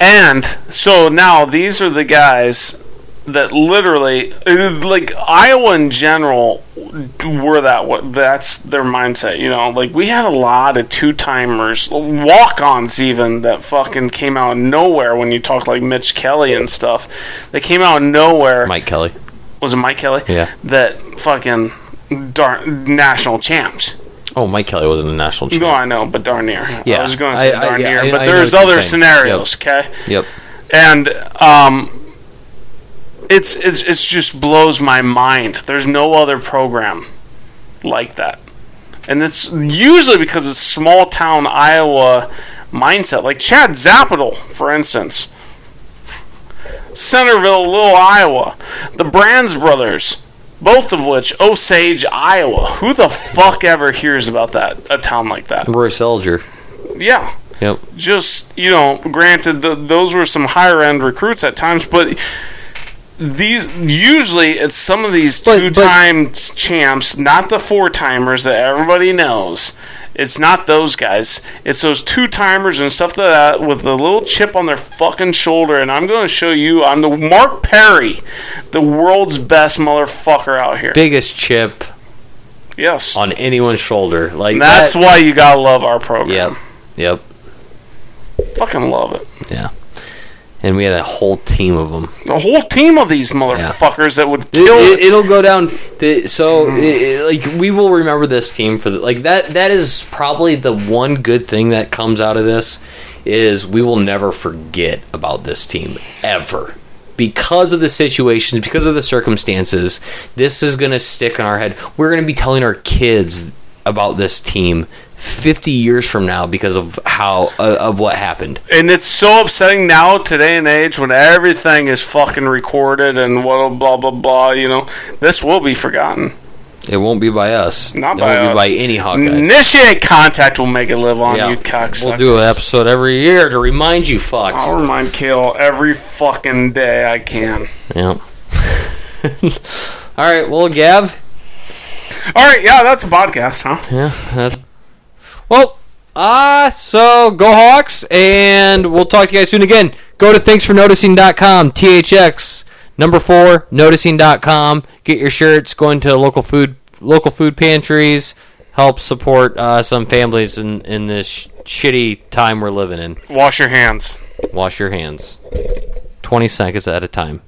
B: and so now these are the guys that literally, uh, like Iowa in general, were that. wa- That's their mindset, you know. Like we had a lot of two timers, walk ons, even that fucking came out of nowhere. When you talk like Mitch Kelly and stuff, they came out of nowhere.
C: Mike Kelly.
B: Was it Mike Kelly?
C: Yeah.
B: That fucking darn national champs.
C: Oh, Mike Kelly wasn't a national champion.
B: No, I know, but darn near.
C: Yeah.
B: I was going to say
C: I- I-
B: darn
C: yeah,
B: near,
C: I-
B: but
C: I know
B: there's
C: what you're
B: other
C: saying. Yep.
B: scenarios. Okay.
C: Yep.
B: and um, it's it's it's just blows my mind. There's no other program like that, and it's usually because it's small town Iowa mindset. Like Chad Zapital, for instance, Centerville, Little Iowa, the Brands brothers. Both of which, Osage, Iowa. Who the fuck ever hears about that? A town like that?
C: Roy Selger.
B: Yeah
C: Yep.
B: just you know granted th those were some higher end recruits at times but these usually it's some of these
C: But-
B: two time champs not the four timers that everybody knows it's not those guys it's those two timers and stuff like that with a little chip on their fucking shoulder and i'm going to show you i'm the mark perry the world's best motherfucker out here
C: Biggest chip
B: yes
C: on anyone's shoulder. Like
B: that's
C: that-
B: why you gotta love our program
C: Yep. Yep.
B: fucking love it
C: Yeah. And we had a whole team of them.
B: The whole team of these motherfuckers that would kill
C: It, it, will go down. The, so,
B: Mm.
C: it, it- like, we will remember this team for the, like that. That is probably the one good thing that comes out of this is we will never forget about this team ever because of the situations, because of the circumstances. This is going to stick in our head. We're going to be telling our kids about this team. 50 years from now because of how uh, of what happened
B: and it's so upsetting now, today and age, when everything is fucking recorded and what blah blah blah. You know, this will be forgotten.
C: It won't be by us.
B: Not
C: it
B: by
C: won't
B: us.
C: be by any Hawkeyes.
B: Initiate contact will make it live on
C: Yeah.
B: you, cocksuckers.
C: We'll do an episode every year to remind you, fucks.
B: I'll remind Kale every fucking day I can.
C: Yeah. <laughs> All right. Well, Gav.
B: All right, yeah, that's a podcast, huh?
C: Yeah. That's... Well, ah, so go Hawks, and we'll talk to you guys soon again. Go to thanksfornoticing.com, THX, number four, noticing.com. Get your shirts, go into local food local food pantries, help support uh, some families in, in this sh- shitty time we're living in.
B: Wash your hands.
C: Wash your hands. 20 seconds at a time.